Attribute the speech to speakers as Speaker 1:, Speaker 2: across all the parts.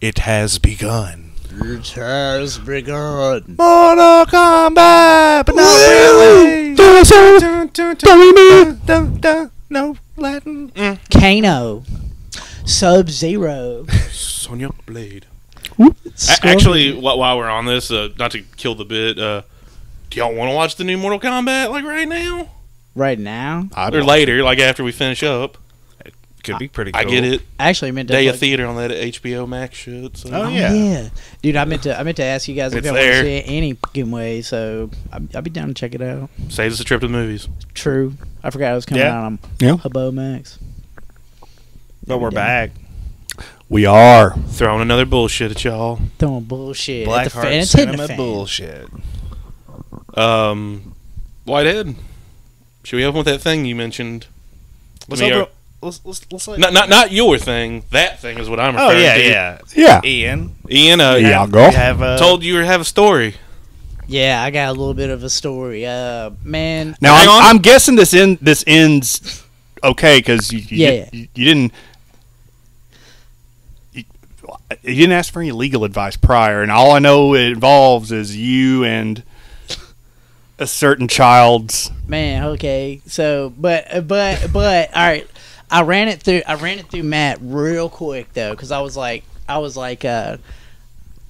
Speaker 1: It has begun.
Speaker 2: It has begun.
Speaker 1: Mortal Kombat, but not really. Dun, dun, dun, dun, dun, dun. No Latin.
Speaker 2: Kano. Sub Zero.
Speaker 1: Sonya Blade.
Speaker 3: A- actually, wh- while we're on this, uh, not to kill the bit, uh, do y'all want to watch the new Mortal Kombat like right now
Speaker 2: Right now?
Speaker 1: I
Speaker 3: or later, like after we finish up?
Speaker 1: Could be pretty.
Speaker 3: I get it.
Speaker 2: I actually meant to.
Speaker 3: Day
Speaker 2: look-
Speaker 3: of theater on that HBO Max shit. So.
Speaker 1: Oh,
Speaker 2: Oh,
Speaker 1: yeah.
Speaker 2: yeah. dude! I meant to. I meant to ask you guys if
Speaker 3: It's
Speaker 2: you want to
Speaker 3: there.
Speaker 2: see it any fucking way. So I'd, I'd be down to check it out.
Speaker 3: Saves us a trip to the movies.
Speaker 2: True. I forgot I was coming
Speaker 1: Yeah.
Speaker 2: out on
Speaker 1: Yeah.
Speaker 2: Habo Max.
Speaker 4: But we're
Speaker 2: Yeah.
Speaker 4: back.
Speaker 1: We are
Speaker 3: Throwing another bullshit at y'all.
Speaker 2: Throwing bullshit. at the fan,
Speaker 4: Blackheart
Speaker 2: it's hitting the
Speaker 4: Cinema
Speaker 2: fan.
Speaker 4: bullshit.
Speaker 3: Um, Whitehead. Should we open with that thing you mentioned?
Speaker 4: Let's,
Speaker 3: I mean,
Speaker 4: open,
Speaker 3: are-
Speaker 4: let's, let's, let's let-
Speaker 3: Not, not, not your thing. That thing is what I'm
Speaker 4: Oh
Speaker 3: referring
Speaker 4: yeah,
Speaker 3: to.
Speaker 4: yeah.
Speaker 1: Yeah.
Speaker 4: Ian,
Speaker 3: Ian, uh,
Speaker 1: Yeah.
Speaker 3: yeah.
Speaker 1: I'll go.
Speaker 4: you have uh,
Speaker 3: told you to have a story.
Speaker 2: Yeah, I got a little bit of a story. Uh, man.
Speaker 1: now.
Speaker 3: Hang
Speaker 1: I'm,
Speaker 3: on.
Speaker 1: I'm guessing this end. This ends okay because you, you,
Speaker 2: Yeah.
Speaker 1: you, you didn't. You, you didn't ask for any legal advice prior, and all I know it involves is you and a certain child's.
Speaker 2: Man, okay. So, but but but all right. I ran it through. I ran it through Matt real quick though, because I was like, I was like, uh,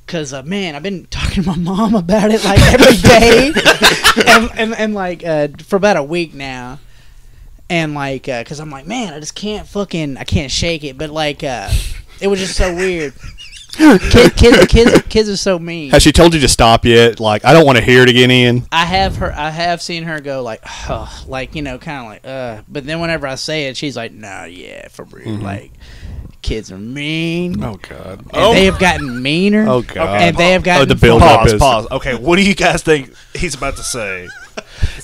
Speaker 2: cause uh, man, I've been talking to my mom about it like every day, and, and and like uh, for about a week now, and like, uh, cause I'm like, man, I just can't fucking, I can't shake it. But like, uh, it was just so weird. Kid, kids, kids, kids are so mean.
Speaker 1: Has she told you to stop yet? Like I don't want to hear it again, Ian.
Speaker 2: I have her. I have seen her go like, "Ugh," like you know, kind of like, uh. But then whenever I say it, she's like, "Nah, yeah, for real. Like, kids are mean.
Speaker 1: Mm-hmm. Oh God.
Speaker 2: And they have gotten meaner.
Speaker 1: Oh God.
Speaker 2: And they have
Speaker 1: Oh,
Speaker 2: gotten
Speaker 1: the build up
Speaker 4: pause,
Speaker 1: is.
Speaker 4: pause. Okay, what do you guys think he's about to say?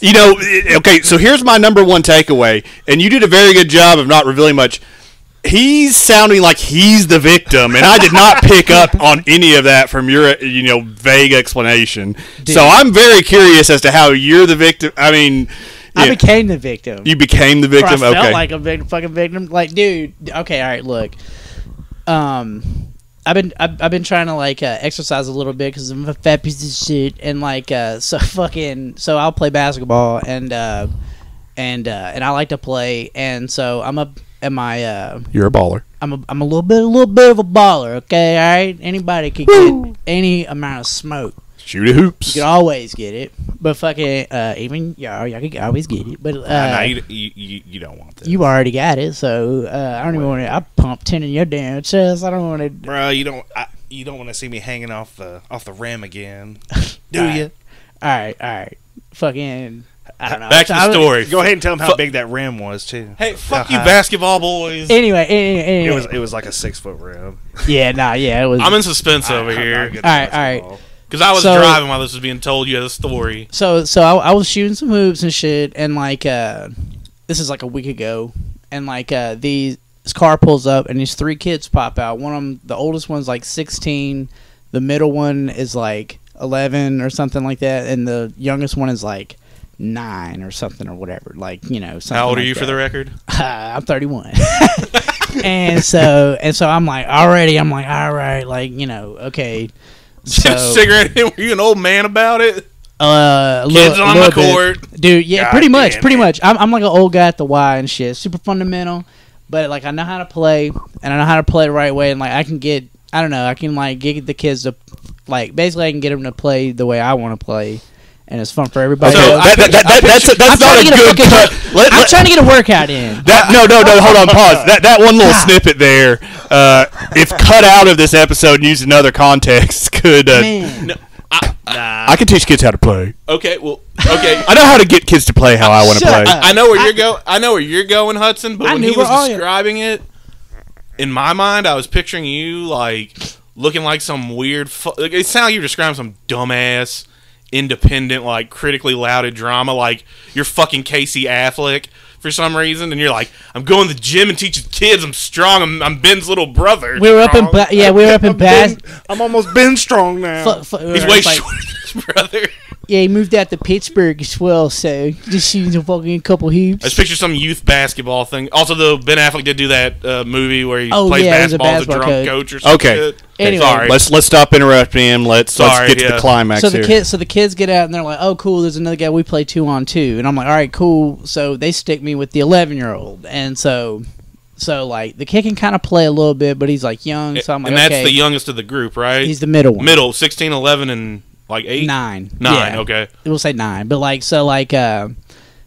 Speaker 1: You know, it- okay, so here's my number one takeaway, and you did a very good job of not revealing much. He's sounding like he's the victim, and I did not pick up on any of that from your, you know, vague explanation.
Speaker 2: Dude.
Speaker 1: So I'm very curious as to how you're the victim. I mean,
Speaker 2: I
Speaker 1: yeah,
Speaker 2: became the victim.
Speaker 1: you became the victim.
Speaker 2: Or I
Speaker 1: okay,
Speaker 2: felt like a big fucking victim. Like, dude. Okay, all right. Look, um, I've been I've, I've been trying to like uh, exercise a little bit because I'm a fat piece of shit, and like uh, so fucking so I'll play basketball and uh, and uh, and I like to play, and so I'm up at my uh,
Speaker 1: you're a baller.
Speaker 2: I'm a, I'm a little bit a little bit of a baller. Okay, all right. Anybody can get any amount of smoke.
Speaker 1: Shoot at hoops.
Speaker 2: You can always get it, but fucking uh, even y'all y'all can always get it. But uh,
Speaker 4: no, you, you, you, you don't want this,
Speaker 2: you already got it, so uh, I don't even want to. I pump ten in your damn chest. I don't want to.
Speaker 4: bro. You don't. I, you don't want to see me hanging off the off the rim again, do
Speaker 2: Alright.
Speaker 4: you?
Speaker 2: All right, all right, fucking. I don't know.
Speaker 3: Back to
Speaker 2: I
Speaker 3: the
Speaker 2: was-
Speaker 3: story.
Speaker 4: Go ahead and tell him how
Speaker 3: Fuck-
Speaker 4: big that rim was, too.
Speaker 3: Hey, fuck you,
Speaker 4: Uh-huh.
Speaker 3: basketball boys.
Speaker 2: Anyway, anyway, anyway.
Speaker 4: It was it was like a six foot rim.
Speaker 2: yeah, nah, yeah, it was.
Speaker 3: I'm in suspense over
Speaker 4: I'm not
Speaker 3: here
Speaker 4: good at
Speaker 2: Alright,
Speaker 4: basketball.
Speaker 3: because I was
Speaker 2: So-
Speaker 3: driving while this was being told. You had a story.
Speaker 2: so so I, I was shooting some hoops and shit, and like uh, this is like a week ago, and like uh, these this car pulls up and these three kids pop out. One of them, the oldest one's like 16, the middle one is like 11 or something like that, and the youngest one is like nine or something or whatever. Like you know, something
Speaker 3: How old are
Speaker 2: like
Speaker 3: you for
Speaker 2: that.
Speaker 3: the record?
Speaker 2: Uh, I'm 31. and so and so I'm like already I'm like all right like you know okay so
Speaker 3: Cigarette? Were you an old man about it?
Speaker 2: uh a
Speaker 3: Kids
Speaker 2: little- a
Speaker 3: on the
Speaker 2: little bit.
Speaker 3: court.
Speaker 2: Dude, yeah,
Speaker 4: God
Speaker 2: pretty much,
Speaker 4: damn
Speaker 2: pretty
Speaker 4: it.
Speaker 2: much. I'm, I'm like an old guy at the Y and shit. Super fundamental, but like I know how to play and I know how to play the right way, and like I can get, I don't know, I can like get the kids to, like basically I can get them to play the way I want to play, and it's fun for everybody.
Speaker 3: So,
Speaker 1: Okay,
Speaker 3: I
Speaker 1: that- that-
Speaker 3: picture-
Speaker 1: that-
Speaker 3: I
Speaker 1: that's
Speaker 3: picture-
Speaker 1: that's
Speaker 2: I'm
Speaker 1: not
Speaker 2: trying
Speaker 1: a
Speaker 2: to get a
Speaker 1: good
Speaker 2: fucking-
Speaker 1: cut. Let-
Speaker 2: I'm
Speaker 1: let-
Speaker 2: trying to get a workout in.
Speaker 1: That no no no hold on pause that that one little snippet there uh, if cut out of this episode and used in other contexts could uh,
Speaker 2: Man.
Speaker 3: No. I,
Speaker 1: I can teach kids how to play
Speaker 3: okay. Well. Okay.
Speaker 1: I know how to get kids to play how I want to
Speaker 2: Shut
Speaker 1: play
Speaker 2: up.
Speaker 3: I know where you're go. I know where you're going, Hudson. But
Speaker 2: I
Speaker 3: when
Speaker 2: knew
Speaker 3: he was
Speaker 2: where all you-
Speaker 3: describing it, in my mind, I was picturing you like looking like some weird. Fu- like, it sounded like you were describing some dumbass, independent, like critically lauded drama. Like you're fucking Casey Affleck for some reason, and you're like, I'm going to the gym and teaching kids I'm strong. I'm, I'm Ben's little brother.
Speaker 2: We were up in
Speaker 3: Strong."
Speaker 2: ba- yeah, we were up in Bass.
Speaker 4: I'm almost Ben Strong now.
Speaker 2: Fu- fu- we
Speaker 3: He's
Speaker 2: were
Speaker 3: way
Speaker 2: up, like-
Speaker 3: shorter. brother.
Speaker 2: Yeah, he moved out to Pittsburgh as well, so just using a fucking couple
Speaker 3: I just
Speaker 2: hoops.
Speaker 3: picture some youth basketball thing. Also, though, Ben Affleck did do that uh, movie where he
Speaker 2: Oh,
Speaker 3: plays
Speaker 2: yeah, he's a
Speaker 3: basketball, as a
Speaker 2: basketball
Speaker 3: drunk
Speaker 2: coach.
Speaker 3: coach or something.
Speaker 1: Okay.
Speaker 2: Anyway.
Speaker 3: Sorry.
Speaker 1: Let's let's stop interrupting him. Let's let's
Speaker 3: Sorry,
Speaker 1: get to
Speaker 3: yeah.
Speaker 1: the climax
Speaker 2: So the
Speaker 1: here.
Speaker 2: kids, so the kids get out and they're like, "Oh, cool! There's another guy we play two on two. and I'm like, "All right, cool." So they stick me with the 11 year old, and so, so like the kid can kind of play a little bit, but he's like young, so I'm like,
Speaker 3: and that's
Speaker 2: okay,
Speaker 3: the youngest of the group, right?
Speaker 2: he's the middle one,
Speaker 3: Middle, 16, 11, and like 8?
Speaker 2: nine,
Speaker 3: 9,
Speaker 2: Yeah.
Speaker 3: okay.
Speaker 2: we'll say nine, but like so like uh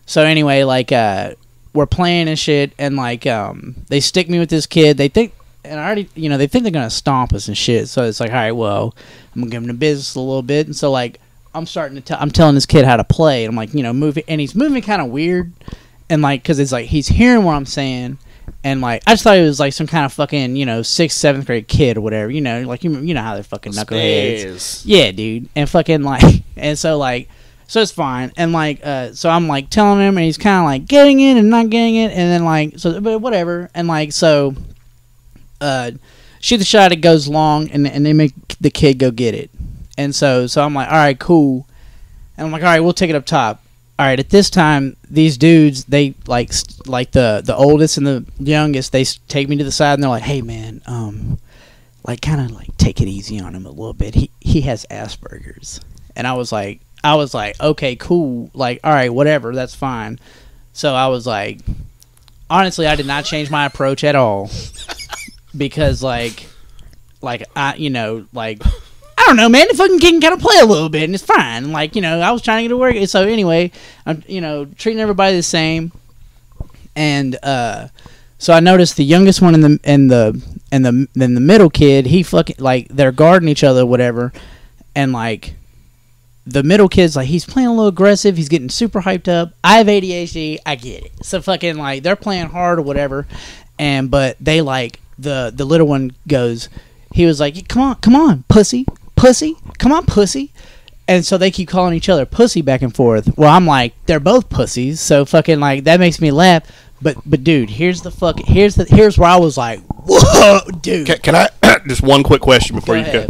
Speaker 2: so anyway, like uh we're playing and shit and like um they stick me with this kid. They think and I already you know, they think they're gonna stomp us and shit. So it's like, all right, well, I'm gonna give him the business a little bit and so like I'm starting to tell I'm telling this kid how to play and I'm like, you know, move it and he's moving kinda weird and like because it's like he's hearing what I'm saying, and like I just thought he was like some kind of fucking you know sixth seventh grade kid or whatever. You know, like you you know how they're fucking knuckleheads. Yeah, dude, and fucking like and so like so it's fine and like uh so I'm like telling him and he's kind of like getting it and not getting it and then like so but whatever and like so uh shoot the shot it goes long and and they make the kid go get it and so so I'm like all right cool and I'm like all right we'll take it up top all right at this time these dudes they like st- like the the oldest and the youngest they s- take me to the side and they're like hey man um like kind of like take it easy on him a little bit he he has asperger's and i was like i was like okay cool like all right whatever that's fine so i was like honestly i did not change my approach at all because like like i you know like I don't know, man. The fucking kid can kind of play a little bit, and it's fine. Like you know, I was trying to get to work. So anyway, I'm you know treating everybody the same, and uh, so I noticed the youngest one in the and the and the then the middle kid, he fucking like they're guarding each other, whatever, and like the middle kid's like he's playing a little aggressive, he's getting super hyped up. I have ADHD, I get it. So fucking like they're playing hard or whatever, and but they like the the little one goes, he was like, come on, come on, pussy, pussy, come on, pussy. And so they keep calling each other pussy back and forth. Well, I'm like, they're both pussies, so fucking like that makes me laugh. But but dude, here's the fuck. Here's the here's where I was like, whoa, dude.
Speaker 1: Ca- can, I just one quick question before
Speaker 2: Go
Speaker 1: you go?
Speaker 2: ahead.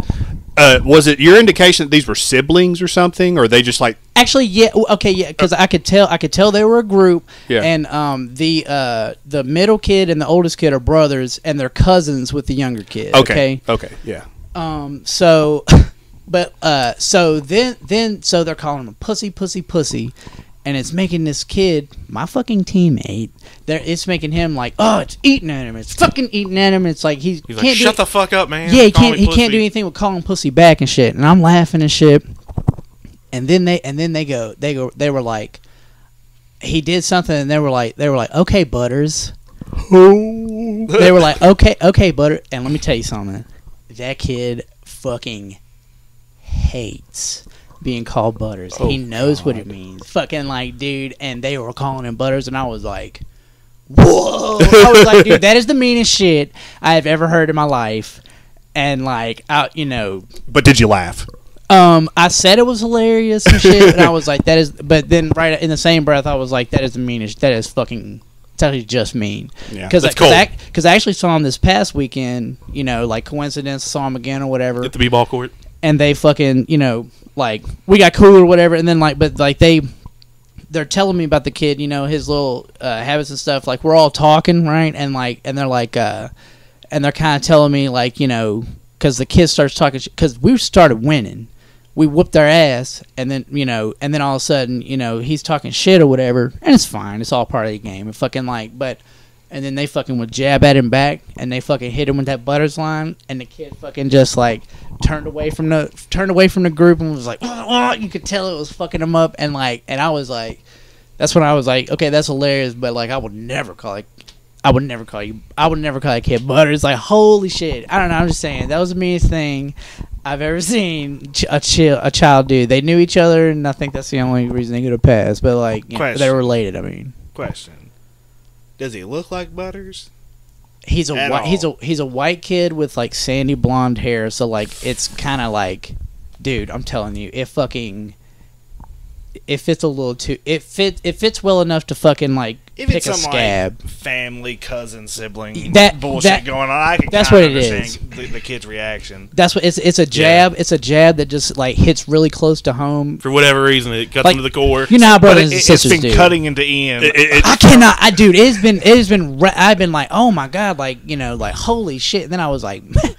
Speaker 1: Uh, was it your indication that these were siblings or something, or they just like
Speaker 2: Actually, yeah. w- Okay, yeah.
Speaker 3: Uh,
Speaker 2: Because I could tell, I could tell they were a group.
Speaker 1: Yeah.
Speaker 2: And um, the uh, the middle kid and the oldest kid are brothers, and they're cousins with the younger kid.
Speaker 1: okay, okay, yeah,
Speaker 2: Um. So, but uh, so then then so they're calling him a pussy, pussy, pussy, and it's making this kid, my fucking teammate, there it's making him like, oh, it's eating at him, it's fucking eating at him. It's like he
Speaker 3: He's
Speaker 2: can't
Speaker 3: like,
Speaker 2: do
Speaker 3: shut
Speaker 2: it."
Speaker 3: the fuck up, man.
Speaker 2: Yeah, he
Speaker 3: Call
Speaker 2: can't.
Speaker 3: me
Speaker 2: He can't do
Speaker 3: pussy."
Speaker 2: anything with calling pussy back and shit. And I'm laughing and shit. And then they and then they go. They go. They were like, he did something, and they were like, they were like, okay, Butters. they were like, okay, okay, Butter. And let me tell you something. That kid fucking hates being called Butters. he knows what it means. Fucking like, dude. And they were calling him Butters, and I was like. Whoa! I was like, dude, that is the meanest shit I have ever heard in my life. And like, I, you know,
Speaker 1: But did you laugh?
Speaker 2: um, I said it was hilarious and shit, and I was like, that is. But then, right in the same breath, I was like, that is the meanest. That is fucking. It's actually just mean.
Speaker 1: Yeah.
Speaker 2: Because
Speaker 3: That's
Speaker 2: I,
Speaker 3: cold.
Speaker 2: cause I actually saw him this past weekend. You know, like coincidence, saw him again or whatever
Speaker 3: At the b-ball court.
Speaker 2: and they fucking you know like we got cool or whatever and then like but like they they're telling me about the kid you know his little uh, habits and stuff like we're all talking right and like and they're like uh and they're kind of telling me like you know because the kid starts talking because we started winning we whooped their ass and then you know and then all of a sudden you know he's talking shit or whatever and it's fine it's all part of the game and fucking like but and then they fucking would jab at him back and they fucking hit him with that butters line and the kid fucking just like turned away from the turned away from the group and was like "Oh, oh," you could tell it was fucking him up and like and I was like that's when I was like okay that's hilarious but like I would never call it I would never call you I would never call that kid butters like holy shit I don't know I'm just saying that was the meanest thing I've ever seen ch- a chill a child do they knew each other and I think that's the only reason they could have passed but like you know,
Speaker 4: Question.
Speaker 2: they're related I mean
Speaker 4: Question. Does he look like Butters?
Speaker 2: He's a
Speaker 4: At
Speaker 2: whi- he's a
Speaker 4: all.
Speaker 2: he's a white kid with like sandy blonde hair, so like it's kind of like, dude, I'm telling you, it fucking, it fits a little too, it fit it fits well enough to fucking like
Speaker 4: If
Speaker 2: Pick
Speaker 4: it's
Speaker 2: a
Speaker 4: some
Speaker 2: scab.
Speaker 4: like family, cousin, sibling
Speaker 2: That-
Speaker 4: bullshit
Speaker 2: that-
Speaker 4: going on, I can
Speaker 2: that's
Speaker 4: kinda
Speaker 2: what it
Speaker 4: understand
Speaker 2: is.
Speaker 4: The, the kid's reaction.
Speaker 2: That's what it's. It's a jab. It's a jab that just like hits really close to home.
Speaker 3: for whatever reason, it cuts
Speaker 2: Like,
Speaker 3: into the core.
Speaker 2: You know, how
Speaker 4: But it,
Speaker 2: brothers and
Speaker 4: has
Speaker 2: sisters
Speaker 4: been
Speaker 2: do.
Speaker 4: cutting into Ian.
Speaker 1: It- it-
Speaker 2: I cannot. I dude, it's been it's been. Re- I've been like, oh my god, like you know, like holy shit. And then I was like,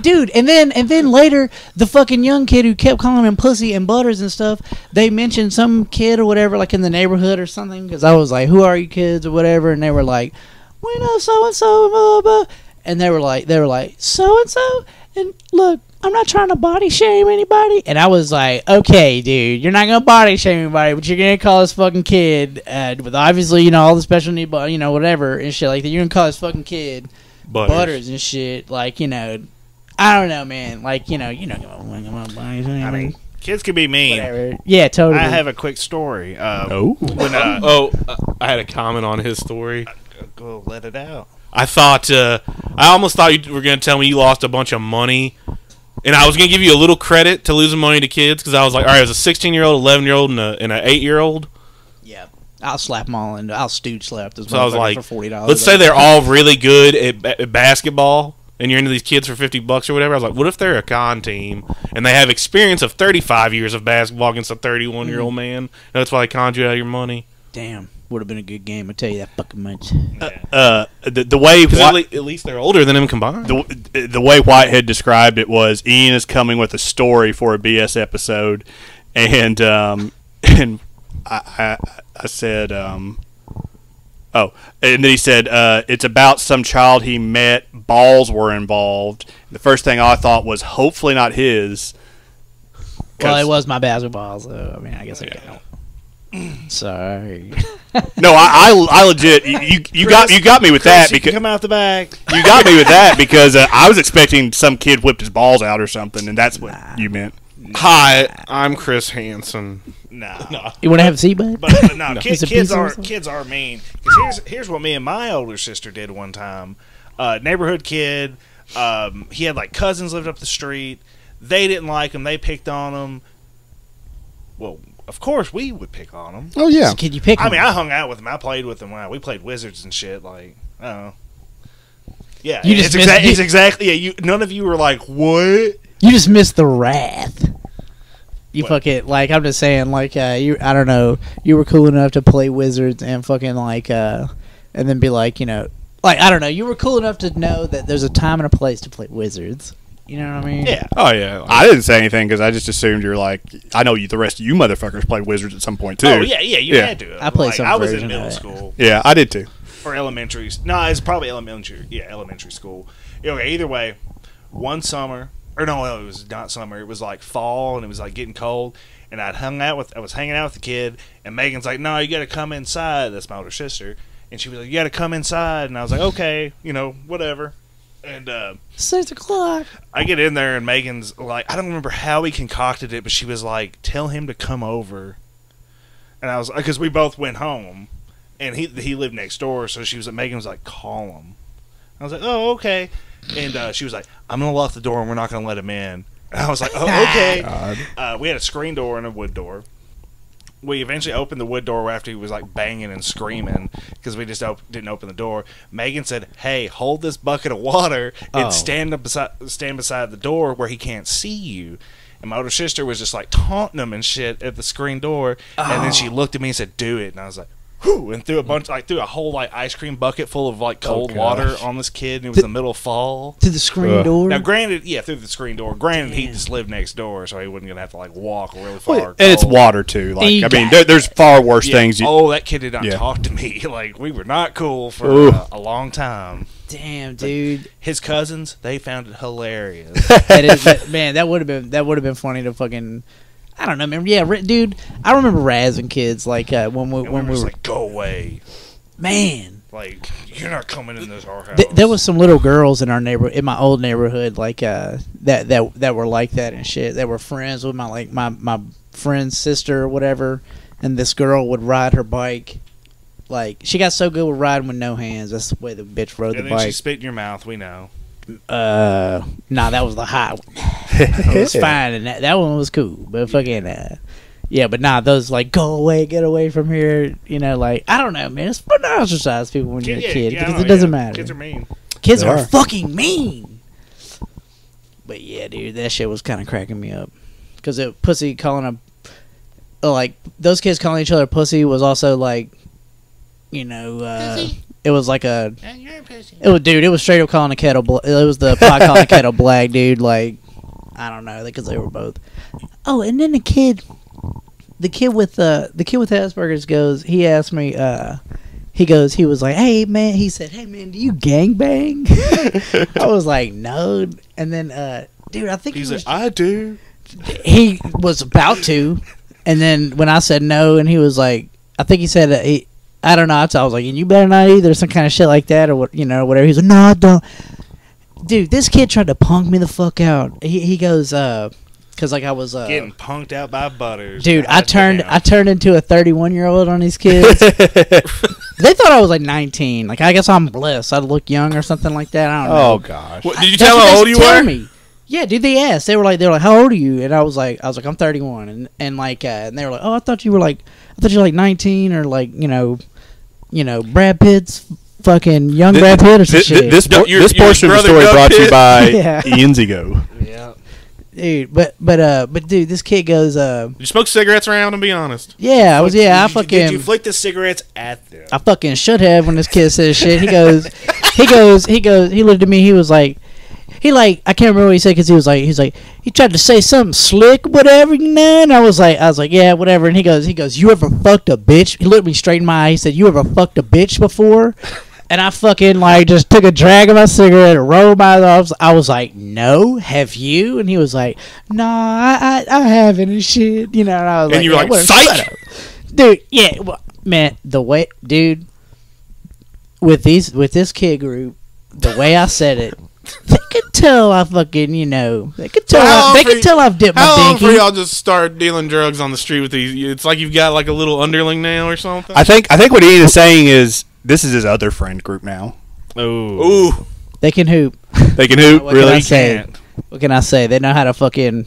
Speaker 2: dude. And then and then later, the fucking young kid who kept calling him pussy and butters and stuff. They mentioned some kid or whatever, like in the neighborhood or something. Because I was like, who are you kids or whatever, and they were like, we know so and so, blah blah. blah." And they were like, they were like, so and so, and look. I'm not trying to body shame anybody. And I was like, okay, dude, you're not going to body shame anybody, but you're going to call this fucking kid, uh, with obviously, you know, all the special need, but, you know, whatever, and shit like that. You're going to call this fucking kid
Speaker 3: Butters.
Speaker 2: butters. and shit. Like, you know, I don't know, man. Like, you know, you know,
Speaker 4: I mean, kids can be mean.
Speaker 2: whatever. Yeah, totally.
Speaker 4: I have a quick story. Um,
Speaker 1: Oh.
Speaker 4: When uh,
Speaker 3: Oh, uh, I had a comment on his story.
Speaker 4: go let it out.
Speaker 3: I thought uh, I almost thought you were going to tell me you lost a bunch of money, and I was going to give you a little credit to losing money to kids because I was like, all right, it was a 16 year old, 11 year old, and a and an eight year old.
Speaker 2: yeah. I'll slap them all and I'll stooge slap this
Speaker 3: So I was
Speaker 2: motherfucker
Speaker 3: like,
Speaker 2: for forty dollars.
Speaker 3: let's say they're all really good at, ba- at basketball, and you're into these kids for 50 bucks or whatever. I was like, what if they're a con team and they have experience of 35 years of basketball against a 31
Speaker 2: Mm-hmm.
Speaker 3: year old man? And that's why they conned you out of your money.
Speaker 2: damn would have been a good game. I tell you that fucking much.
Speaker 1: Uh, the, the way
Speaker 3: Because
Speaker 1: White-
Speaker 3: at, le- at least they're older than him combined.
Speaker 1: the, the way Whitehead described it was Ian is coming with a story for a BS episode, and um, and I I, I said um, oh, and then he said uh, it's about some child he met. Balls were involved. The first thing I thought was hopefully not his.
Speaker 2: Well,
Speaker 1: 'Cause-
Speaker 2: it was my basketball, so I mean, I guess I count. Sorry.
Speaker 1: No, I, I, I legit you, you, you got you got me with that
Speaker 4: Chris, you can
Speaker 1: because
Speaker 4: come out the back.
Speaker 1: you got me with that because uh, I was expecting some kid whipped his balls out or something, and that's what you meant.
Speaker 3: Hi, I'm Chris Hansen.
Speaker 4: Nah.
Speaker 2: You want to have a seat, bud?
Speaker 4: But, but no, kid,
Speaker 2: He's a
Speaker 4: kids
Speaker 2: piece of
Speaker 4: are
Speaker 2: himself.
Speaker 4: kids are mean. 'Cause Here's here's what me and my older sister did one time. Uh, neighborhood kid. Um, he had like cousins lived up the street. They didn't like him. They picked on him. Well, of course we would pick on him.
Speaker 1: Oh yeah,
Speaker 2: Can you pick?
Speaker 4: I
Speaker 2: him?
Speaker 4: mean, I hung out with him. I played with him. Wow, we played wizards and shit. Like, oh, yeah.
Speaker 2: You
Speaker 4: it's,
Speaker 2: just missed-
Speaker 4: exac-
Speaker 2: you-
Speaker 4: it's exactly. Yeah, you. None of you were like, what?
Speaker 2: You just missed the wrath. You
Speaker 4: What?
Speaker 2: fucking like I'm just saying like uh, you I don't know you were cool enough to play wizards and fucking like uh and then be like you know like I don't know you were cool enough to know that there's a time and a place to play wizards you know what I mean
Speaker 4: Yeah.
Speaker 3: Oh yeah,
Speaker 1: I didn't say anything because I just assumed you're like I know you. The rest of you motherfuckers played wizards at some point too.
Speaker 4: Oh yeah, yeah. You
Speaker 1: Yeah.
Speaker 4: had to.
Speaker 2: I played
Speaker 4: Like,
Speaker 2: some
Speaker 4: I was in
Speaker 2: version of
Speaker 4: middle
Speaker 2: that.
Speaker 4: school.
Speaker 1: yeah, I did too.
Speaker 4: or elementary. No, it's probably elementary. Yeah, elementary school. Okay, either way, one summer or no, no, it was not summer. It was like fall, and it was like getting cold. And I'd hung out with I was hanging out with the kid, and Megan's like, "No, you got to come inside." That's my older sister, and she was like, "You got to come inside." And I was like, "Okay, you know, whatever." And uh,
Speaker 2: six o'clock
Speaker 4: I get in there, and Megan's like, I don't remember how we concocted it, but she was like, tell him to come over. And I was because we both went home, and he he lived next door, so she was like, Megan was like, call him. I was like, oh okay, and uh, she was like, I'm gonna lock the door, and we're not gonna let him in. And I was like, oh okay. Uh, we had a screen door and a wood door. We eventually opened the wood door after he was like banging and screaming because we just op- didn't open the door. Megan said, "Hey, hold this bucket of water and
Speaker 2: Oh.
Speaker 4: stand up beside stand beside the door where he can't see you." And my older sister was just like taunting him and shit at the screen door, and then she looked at me and said, "Do it," and I was like. Whew, and threw a bunch, like threw a whole like ice cream bucket full of like cold water on this kid, and it was the middle of fall.
Speaker 2: to the screen
Speaker 1: Ugh.
Speaker 2: door
Speaker 4: Now, granted, yeah, through the screen door. Granted, he just lived next door, so he wasn't gonna have to like walk really far.
Speaker 1: and it's
Speaker 4: cold.
Speaker 1: water too. Like I
Speaker 2: Eat
Speaker 1: mean,
Speaker 2: that.
Speaker 1: there, there's far worse
Speaker 4: oh. Yeah.
Speaker 1: things. You,
Speaker 4: oh, that kid did not
Speaker 1: Yeah.
Speaker 4: talk to me. Like we were not cool for
Speaker 1: Ooh.
Speaker 4: uh, a long time.
Speaker 2: damn dude
Speaker 4: His cousins, they found it hilarious.
Speaker 2: that is that, man that would have been that would have been funny to fucking I don't know man yeah ri- dude I remember razzing kids like uh, when we
Speaker 4: And
Speaker 2: when
Speaker 4: we were
Speaker 2: we were
Speaker 4: just like, go away.
Speaker 2: man
Speaker 4: Like you're not coming in this our house.
Speaker 2: Th- there was some little girls in our neighbor in my old neighborhood like uh that that that were like that and shit that were friends with my like my my friend's sister or whatever and this girl would ride her bike like she got so good with riding with no hands that's the way the bitch rode
Speaker 4: and
Speaker 2: the
Speaker 4: then she
Speaker 2: bike
Speaker 4: spit in your mouth. We know.
Speaker 2: uh nah that was the hot one it was fine and that, that one was cool but fucking uh Yeah, but nah, those like go away, get away from here. You know, like I don't know, man. It's fun to ostracize people when you're a kid
Speaker 4: yeah, I
Speaker 2: because
Speaker 4: know,
Speaker 2: it doesn't
Speaker 4: yeah.
Speaker 2: matter.
Speaker 4: Kids are mean.
Speaker 2: Kids
Speaker 1: They
Speaker 2: are,
Speaker 1: are.
Speaker 2: fucking mean. But yeah, dude, that shit was kind of cracking me up because it pussy calling a uh, like those kids calling each other pussy was also like, you know, uh, it was like a. It was dude. It was straight up calling a kettle. Bl- it was the pot calling a kettle black, dude. Like I don't know because they were both. Oh, and then the kid, the kid with uh, the kid with Asperger's goes. He asked me. uh he goes, he was like, hey man, he said, hey man, do you gangbang? I was like, no. And then, uh, dude, I think he
Speaker 4: He's
Speaker 2: was,
Speaker 4: like, I do.
Speaker 2: he was about to. And then when I said no, and he was like, I think he said, that he, I don't know. I was like, and you better not either, some kind of shit like that, or what, you know, whatever. He's like, no, I don't. Dude, this kid tried to punk me the fuck out. He, he goes, uh, cause like I was, uh,
Speaker 4: Getting punked out by butters.
Speaker 2: Dude, I
Speaker 4: God
Speaker 2: turned
Speaker 4: damn.
Speaker 2: I turned into a 31 year old on these kids. they thought I was like 19. Like I guess I'm blessed. I look young or something like that. I don't know.
Speaker 1: Oh gosh.
Speaker 3: What, did you
Speaker 2: That's
Speaker 3: tell
Speaker 2: what
Speaker 3: how
Speaker 2: they
Speaker 3: old you
Speaker 2: tell
Speaker 3: were?
Speaker 2: Me. Yeah, dude. They asked. They were like, they were like, how old are you? And I was like, I was like, I'm 31. And and like, uh, and they were like, oh, I thought you were like, I thought you were like 19 or like, you know, you know, Brad Pitt's fucking young
Speaker 1: Thi-
Speaker 2: Brad Pitt or some
Speaker 1: Thi- thi-
Speaker 2: shit.
Speaker 1: This, por-
Speaker 3: Your-
Speaker 1: this
Speaker 3: your
Speaker 1: portion of the story
Speaker 3: brother got
Speaker 1: brought to you
Speaker 3: hit.
Speaker 1: by
Speaker 2: Yeah.
Speaker 1: Ianzigo.
Speaker 2: dude, but but uh, but dude, this kid goes, uh,
Speaker 3: You smoke cigarettes around and be honest.
Speaker 2: yeah, I was, yeah, I
Speaker 4: Did you- Did you
Speaker 2: fucking.
Speaker 4: flick the cigarettes at them?
Speaker 2: I fucking should have when this kid says shit. He goes, he goes, he goes, he looked at me. He was like, he like, I can't remember what he said because he was like, he's like, he tried to say something slick, whatever, you know. And I was like, I was like, yeah, whatever. And he goes, he goes, you ever fucked a bitch? He looked me straight in my eye. He said, you ever fucked a bitch before? And I fucking like just took a drag of my cigarette and rolled my eyes. I was like, "No, have you?" And he was like, "Nah, I, I, I haven't and shit." You know, and I was
Speaker 3: And you were
Speaker 2: "Yeah,
Speaker 3: like,
Speaker 2: whatever,
Speaker 3: "Psych!"
Speaker 2: shut up." dude. Yeah, well, man, the way, dude, with these with this kid group, the way I said it, they could tell I fucking you know they could tell
Speaker 3: How
Speaker 2: I,
Speaker 3: long
Speaker 2: they
Speaker 3: for
Speaker 2: could
Speaker 3: you-
Speaker 2: tell I've dipped
Speaker 3: How
Speaker 2: my
Speaker 3: long for
Speaker 2: pinky.
Speaker 3: y'all just start dealing drugs on the street with these? It's like you've got like a little underling now or something.
Speaker 1: I think I think what Ian is saying is this is his other friend group now.
Speaker 4: Ooh.
Speaker 3: Ooh,
Speaker 2: They can hoop.
Speaker 1: They can hoop,
Speaker 2: What
Speaker 1: really.
Speaker 2: can I say? What can I say? They know how to fucking.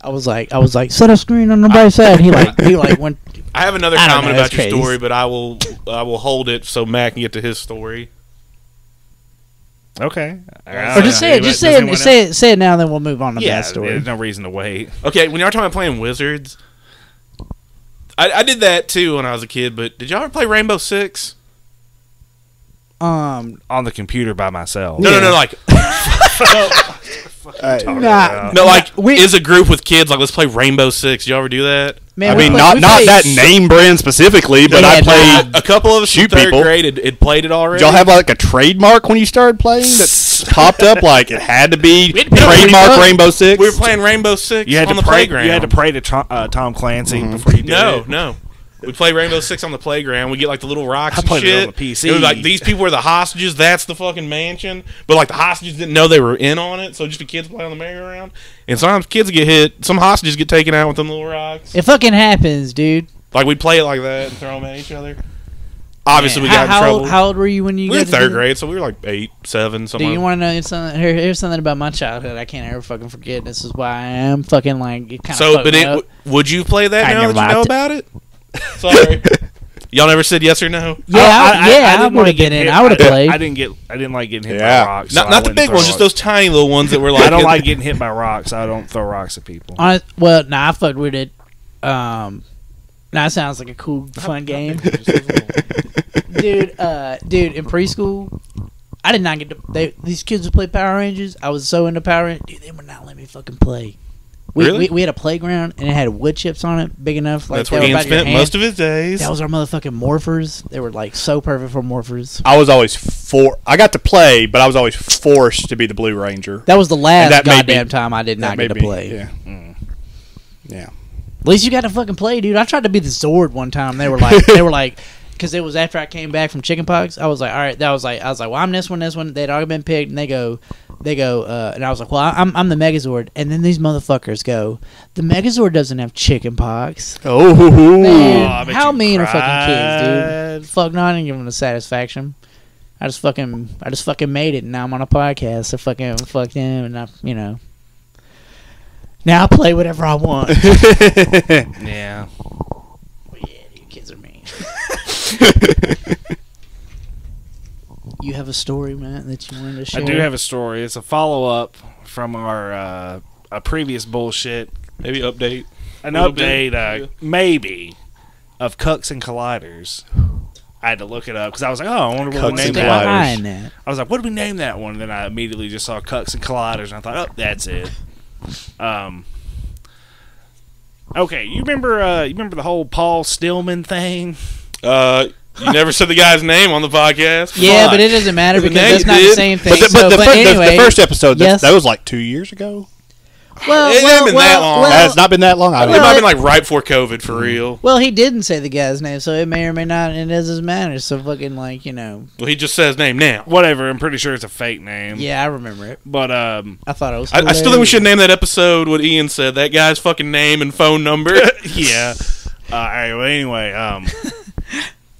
Speaker 2: I was like, I was like, set a screen on the right side. He like, he like went.
Speaker 3: I have another
Speaker 2: I don't
Speaker 3: comment
Speaker 2: know,
Speaker 3: about
Speaker 2: that's
Speaker 3: your
Speaker 2: crazy.
Speaker 3: story, but I will I will hold it so Matt can get to his story.
Speaker 4: Okay.
Speaker 2: Or just say it, just say it, say it, say it now, then we'll move on to
Speaker 4: Yeah,
Speaker 2: that story.
Speaker 4: there's no reason to wait.
Speaker 3: Okay, when y'all talking about playing wizards, I, I did that too when I was a kid. But did y'all ever play Rainbow Six?
Speaker 2: Um,
Speaker 4: On the computer by myself.
Speaker 3: No, no,
Speaker 2: Yeah.
Speaker 3: no, like
Speaker 1: Uh,
Speaker 2: nah,
Speaker 3: no, like
Speaker 2: We-
Speaker 3: is a group with kids like let's play Rainbow Six. Did y'all ever do that?
Speaker 2: man,
Speaker 1: I
Speaker 2: we
Speaker 1: mean,
Speaker 2: play-
Speaker 1: not
Speaker 2: we
Speaker 1: not
Speaker 2: played
Speaker 1: that
Speaker 2: so-
Speaker 1: name brand specifically, but I
Speaker 2: Yeah,
Speaker 1: played.
Speaker 3: A couple of us
Speaker 1: Shoot
Speaker 3: in third
Speaker 1: people.
Speaker 3: grade had, had played it already.
Speaker 1: Did y'all have like a trademark when you started playing that popped up like it had to be trademark Rainbow Six.
Speaker 3: we were playing Rainbow Six
Speaker 4: You had
Speaker 3: on
Speaker 4: to
Speaker 3: the
Speaker 4: pray.
Speaker 3: playground.
Speaker 4: You had to pray to Tom, uh, Tom Clancy
Speaker 2: Mm-hmm.
Speaker 4: before you did
Speaker 3: No,
Speaker 4: it.
Speaker 3: no. We play Rainbow Six on the playground. We get like the little rocks
Speaker 4: I
Speaker 3: and
Speaker 4: played it
Speaker 3: shit.
Speaker 4: on the PC.
Speaker 3: It was like these people were the hostages. That's the fucking mansion. But like the hostages didn't know they were in on it, so just the kids play on the merry-go-round. And sometimes kids get hit. Some hostages get taken out with them little rocks.
Speaker 2: It fucking happens, dude.
Speaker 3: Like we play it like that and throw them at each other. Obviously,
Speaker 2: Man,
Speaker 3: we
Speaker 2: how,
Speaker 3: got in
Speaker 2: how
Speaker 3: trouble.
Speaker 2: Old, how old were you when you
Speaker 3: we were in
Speaker 2: got to
Speaker 3: third
Speaker 2: do-
Speaker 3: grade, so we were like eight, seven,
Speaker 2: Do
Speaker 3: something.
Speaker 2: you want to know something? Here, here's something about my childhood I can't ever fucking forget. This is why I am fucking like kind of
Speaker 3: so, but it, w- would you play that
Speaker 2: I
Speaker 3: now
Speaker 2: never
Speaker 3: that you
Speaker 2: liked
Speaker 3: know
Speaker 2: it.
Speaker 3: about it? Sorry, y'all never said yes or no.
Speaker 2: yeah, I, yeah, I,
Speaker 4: didn't
Speaker 2: would
Speaker 4: wanna
Speaker 2: have been
Speaker 4: get
Speaker 2: in.
Speaker 4: hit.
Speaker 2: I would have
Speaker 4: didn't-
Speaker 2: played.
Speaker 4: I didn't get. I didn't like getting hit
Speaker 1: Yeah.
Speaker 4: by rocks. so
Speaker 3: Not,
Speaker 4: I
Speaker 3: not the
Speaker 4: wouldn't
Speaker 3: big
Speaker 4: throw
Speaker 3: ones, just
Speaker 4: rocks.
Speaker 3: those tiny little ones that were like.
Speaker 4: I don't like getting hit by rocks. so I don't throw rocks at people.
Speaker 2: Honest, well, nah, I fucked with it. Um, nah, it sounds like a cool, fun game, dude. Uh, dude, in preschool, I did not get to. They, these kids would play Power Rangers. I was so into Power Rangers, dude. They would not let me fucking play. We,
Speaker 3: Really?
Speaker 2: we, we had a playground and it had wood chips on it, big enough. Like
Speaker 3: That's
Speaker 2: they
Speaker 3: where
Speaker 2: were
Speaker 3: Ian
Speaker 2: about your
Speaker 3: spent
Speaker 2: hand.
Speaker 3: most of his days.
Speaker 2: That was our motherfucking morphers. They were like so perfect for morphers.
Speaker 1: I was always for. I got to play, but I was always forced to be the Blue Ranger.
Speaker 2: That was the last
Speaker 1: And that may
Speaker 2: goddamn
Speaker 1: be-
Speaker 2: time I did not
Speaker 1: That may
Speaker 2: get to
Speaker 1: be-
Speaker 2: play.
Speaker 1: Yeah. Yeah.
Speaker 2: At least you got to fucking play, dude. I tried to be the Zord one time. They were like, they were like, because it was after I came back from chickenpox. I was like, all right, that was like, I was like, well, I'm this one, this one. They'd already been picked, and they go, they go, uh, and I was like, well, I'm, I'm the Megazord, and then these motherfuckers go, the Megazord doesn't have chickenpox.
Speaker 1: Oh.
Speaker 2: Man,
Speaker 4: I bet
Speaker 2: how
Speaker 4: you
Speaker 2: mean are fucking kids,
Speaker 4: cried.
Speaker 2: dude? Fuck, no, I didn't give them the satisfaction. I just fucking, I just fucking made it, and now I'm on a podcast. So fucking, fuck them, and I, you know. Now I play whatever I want.
Speaker 4: Yeah.
Speaker 2: yeah, you kids are mean. you have a story, Matt, that you wanted to share?
Speaker 4: I do have a story. It's a follow up from our uh, a previous bullshit.
Speaker 3: Maybe update.
Speaker 4: An
Speaker 3: Little
Speaker 4: update,
Speaker 3: bit,
Speaker 4: uh,
Speaker 3: yeah.
Speaker 4: maybe, of Cucks and Colliders. I had to look it up because I was like, oh, I wonder what
Speaker 1: Cucks
Speaker 4: we
Speaker 2: What's
Speaker 1: and
Speaker 4: named
Speaker 2: the
Speaker 4: that.
Speaker 1: Colliders.
Speaker 2: behind that?
Speaker 4: I was like, what did we name that one? And then I immediately just saw Cucks and Colliders, and I thought, oh, that's it. Um. Okay, you remember uh, you remember the whole Paul Stillman thing?
Speaker 3: Uh, you never said the guy's name on the podcast.
Speaker 2: Yeah,
Speaker 3: Fuck.
Speaker 2: but it doesn't matter
Speaker 3: The
Speaker 2: because that's
Speaker 3: name,
Speaker 2: not the
Speaker 3: dude.
Speaker 2: same thing.
Speaker 1: But the, but
Speaker 2: so,
Speaker 1: the, fir- the- the
Speaker 2: anyway,
Speaker 1: first episode, that-
Speaker 2: yes.
Speaker 1: that was like two years ago.
Speaker 2: well,
Speaker 3: It ain't
Speaker 2: well,
Speaker 3: been
Speaker 2: well,
Speaker 3: that long.
Speaker 2: well,
Speaker 1: Uh, it's not been that long. I
Speaker 3: it
Speaker 1: don't
Speaker 3: might
Speaker 1: know.
Speaker 3: have been like right before COVID for real.
Speaker 2: well, he didn't say the guy's name, so it may or may not, and it doesn't matter. So fucking like you know,
Speaker 3: Well, he just said his name now.
Speaker 4: Whatever, I'm pretty sure it's a fake name.
Speaker 2: yeah, I remember it.
Speaker 4: But um,
Speaker 2: I thought it was.
Speaker 3: I, I still think we
Speaker 2: hilarious.
Speaker 3: should name that episode what Ian said. That guy's fucking name and phone number.
Speaker 4: yeah. Uh, all right, well, anyway, um,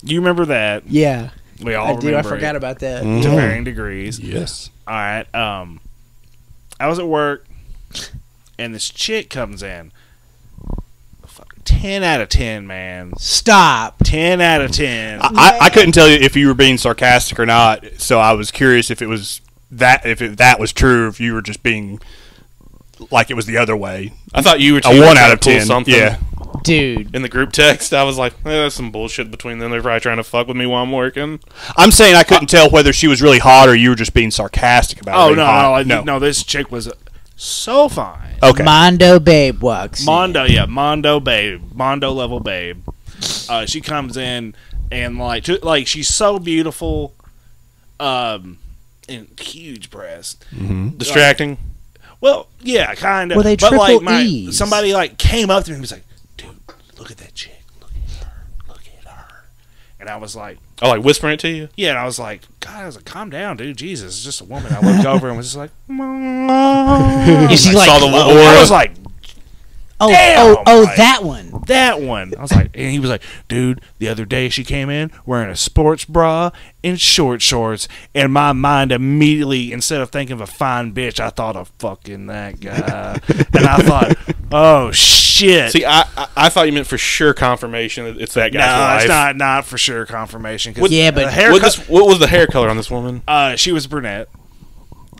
Speaker 4: you remember that?
Speaker 2: Yeah,
Speaker 4: We all
Speaker 2: I do. I
Speaker 4: remember
Speaker 2: forgot
Speaker 4: it
Speaker 2: about that.
Speaker 1: Mm.
Speaker 4: to
Speaker 1: Mhm.
Speaker 4: varying degrees.
Speaker 1: Yes.
Speaker 4: All right. Um, I was at work, and this chick comes in. Fuck, Ten out of ten, man.
Speaker 2: Stop.
Speaker 4: Ten out of ten.
Speaker 1: I, I, I couldn't tell you if you were being sarcastic or not, so I was curious if it was that if it, that was true, if you were just being like it was the other way.
Speaker 3: I thought you were
Speaker 1: A
Speaker 3: too
Speaker 1: one
Speaker 3: trying
Speaker 1: out
Speaker 3: to
Speaker 1: of
Speaker 3: pull
Speaker 1: ten.
Speaker 3: Something
Speaker 1: Yeah.
Speaker 2: dude.
Speaker 3: In the group text, I was like, eh, "That's some bullshit between them. They're probably trying to fuck with me while I'm working."
Speaker 1: I'm saying I couldn't tell whether she was really hot or you were just being sarcastic about. her
Speaker 4: oh
Speaker 1: being
Speaker 4: no, no,
Speaker 1: hot.
Speaker 4: I- no, This chick was so fine.
Speaker 1: Okay.
Speaker 2: Mondo Babe walks.
Speaker 4: Mondo, yeah, Mondo babe, Mondo level babe. Uh, she comes in and like, to, like she's so beautiful, um, and huge breasts.
Speaker 3: Distracting.
Speaker 4: Well, yeah, kind of.
Speaker 2: Were they
Speaker 4: but like
Speaker 2: triple
Speaker 4: my
Speaker 2: E's?
Speaker 4: somebody like came up to me and was like, "Dude, look at that chick. Look at her. Look at her." And I was like,
Speaker 3: I like whispering it to you.
Speaker 4: "Yeah," and I was like, "God," I was like, "Calm down, dude. Jesus, it's just a woman." I looked over and was just like,
Speaker 2: in. Is she like?
Speaker 3: saw the
Speaker 2: oh,
Speaker 3: little
Speaker 4: "I
Speaker 3: aura.
Speaker 4: was like Damn,
Speaker 2: oh, oh,
Speaker 4: like-
Speaker 2: that one.
Speaker 4: that one." I was like, and he was like, "Dude, the other day she came in wearing a sports bra and short shorts," and my mind immediately, instead of thinking of a fine bitch, I thought of fucking that guy, and I thought, "Oh shit."
Speaker 3: See, I, I I thought you meant for sure confirmation that it's that
Speaker 4: No,
Speaker 3: guy's wife.
Speaker 4: it's not not for sure confirmation. 'cause
Speaker 3: Would-
Speaker 2: Yeah,
Speaker 4: the
Speaker 2: but-
Speaker 4: hair
Speaker 3: What,
Speaker 4: co-
Speaker 3: this, what was the hair color on this woman?
Speaker 4: uh, she was brunette.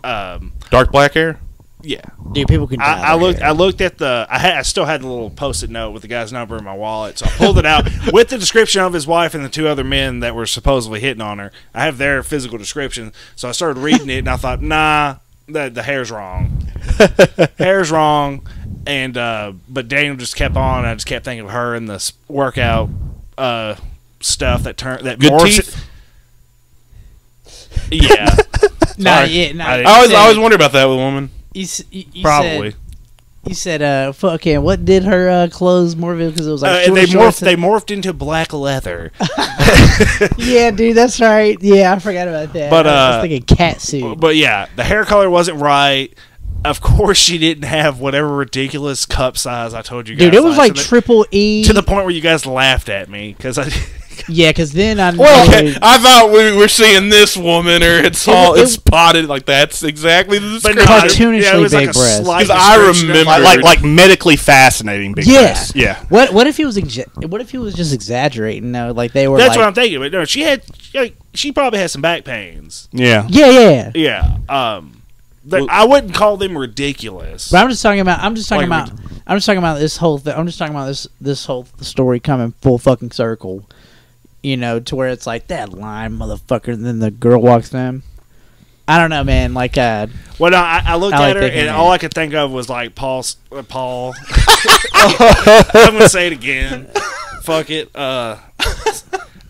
Speaker 4: Um,
Speaker 3: Dark black hair.
Speaker 4: yeah,
Speaker 2: Dude, people can. die
Speaker 4: I, I
Speaker 2: over
Speaker 4: looked.
Speaker 2: here.
Speaker 4: I looked at the. I had. I still had the little post-it note with the guy's number in my wallet, so I pulled it out with the description of his wife and the two other men that were supposedly hitting on her. I have their physical description, so I started reading it, and I thought, nah, the the hair's wrong. hair's wrong, and uh, but Daniel just kept on. I just kept thinking of her and this workout uh, stuff that turned that
Speaker 3: Good
Speaker 4: morphs-
Speaker 3: teeth.
Speaker 4: Yeah.
Speaker 2: Nah,
Speaker 4: Sorry.
Speaker 2: yeah, nah,
Speaker 4: I
Speaker 2: you
Speaker 4: didn't-
Speaker 3: I always
Speaker 2: said-
Speaker 3: I always wonder about that with women.
Speaker 2: You, s- you, you
Speaker 4: Probably.
Speaker 2: Said, you said, "Uh, fucking, what did her uh, clothes morph because it was
Speaker 4: Uh,
Speaker 2: like
Speaker 4: and
Speaker 2: short
Speaker 4: they
Speaker 2: shorts
Speaker 4: morphed. They morphed into black leather.
Speaker 2: yeah, dude, that's right. Yeah, I forgot about that.
Speaker 4: But,
Speaker 2: I was
Speaker 4: uh,
Speaker 2: just thinking cat suit.
Speaker 4: but yeah, the hair color wasn't right. Of course, she didn't have whatever ridiculous cup size I told you guys.
Speaker 2: Dude, it was like
Speaker 4: to the,
Speaker 2: triple E.
Speaker 4: to the point where you guys laughed at me because I.
Speaker 2: yeah, because then I
Speaker 3: Well,
Speaker 2: knew-
Speaker 4: uh,
Speaker 3: okay, I thought we were seeing this woman, or it's all
Speaker 2: It- it-
Speaker 3: it's spotted like that's exactly the
Speaker 4: But
Speaker 3: description.
Speaker 2: no, cartoonishly
Speaker 4: yeah, it was
Speaker 2: big
Speaker 4: like a
Speaker 2: breasts.
Speaker 4: slight
Speaker 3: 'Cause I
Speaker 4: description of,
Speaker 1: Like,
Speaker 3: remember-
Speaker 1: like like medically fascinating. Big
Speaker 2: Yeah.
Speaker 1: breasts. Yeah.
Speaker 2: What what if he was exa- what if he was just exaggerating though? Like they were
Speaker 4: That's
Speaker 2: like,
Speaker 4: what I'm thinking. But no, she had. Like, she probably had some back pains.
Speaker 1: Yeah.
Speaker 2: yeah, yeah.
Speaker 4: Yeah. Um. but I wouldn't call them ridiculous.
Speaker 2: But I'm just talking about. I'm just talking
Speaker 4: Like,
Speaker 2: about. I'm just talking about this whole. thing. I'm just talking about this this whole story coming full fucking circle. You know, to where it's like that line motherfucker, and then the girl walks in. I don't know, man. Like, uh,
Speaker 4: Well, no, I, I looked
Speaker 2: I like
Speaker 4: at her,
Speaker 2: thinking
Speaker 4: and
Speaker 2: that.
Speaker 4: all I could think of was like Paul. S- uh, Paul. I'm gonna say it again. Fuck it. Uh,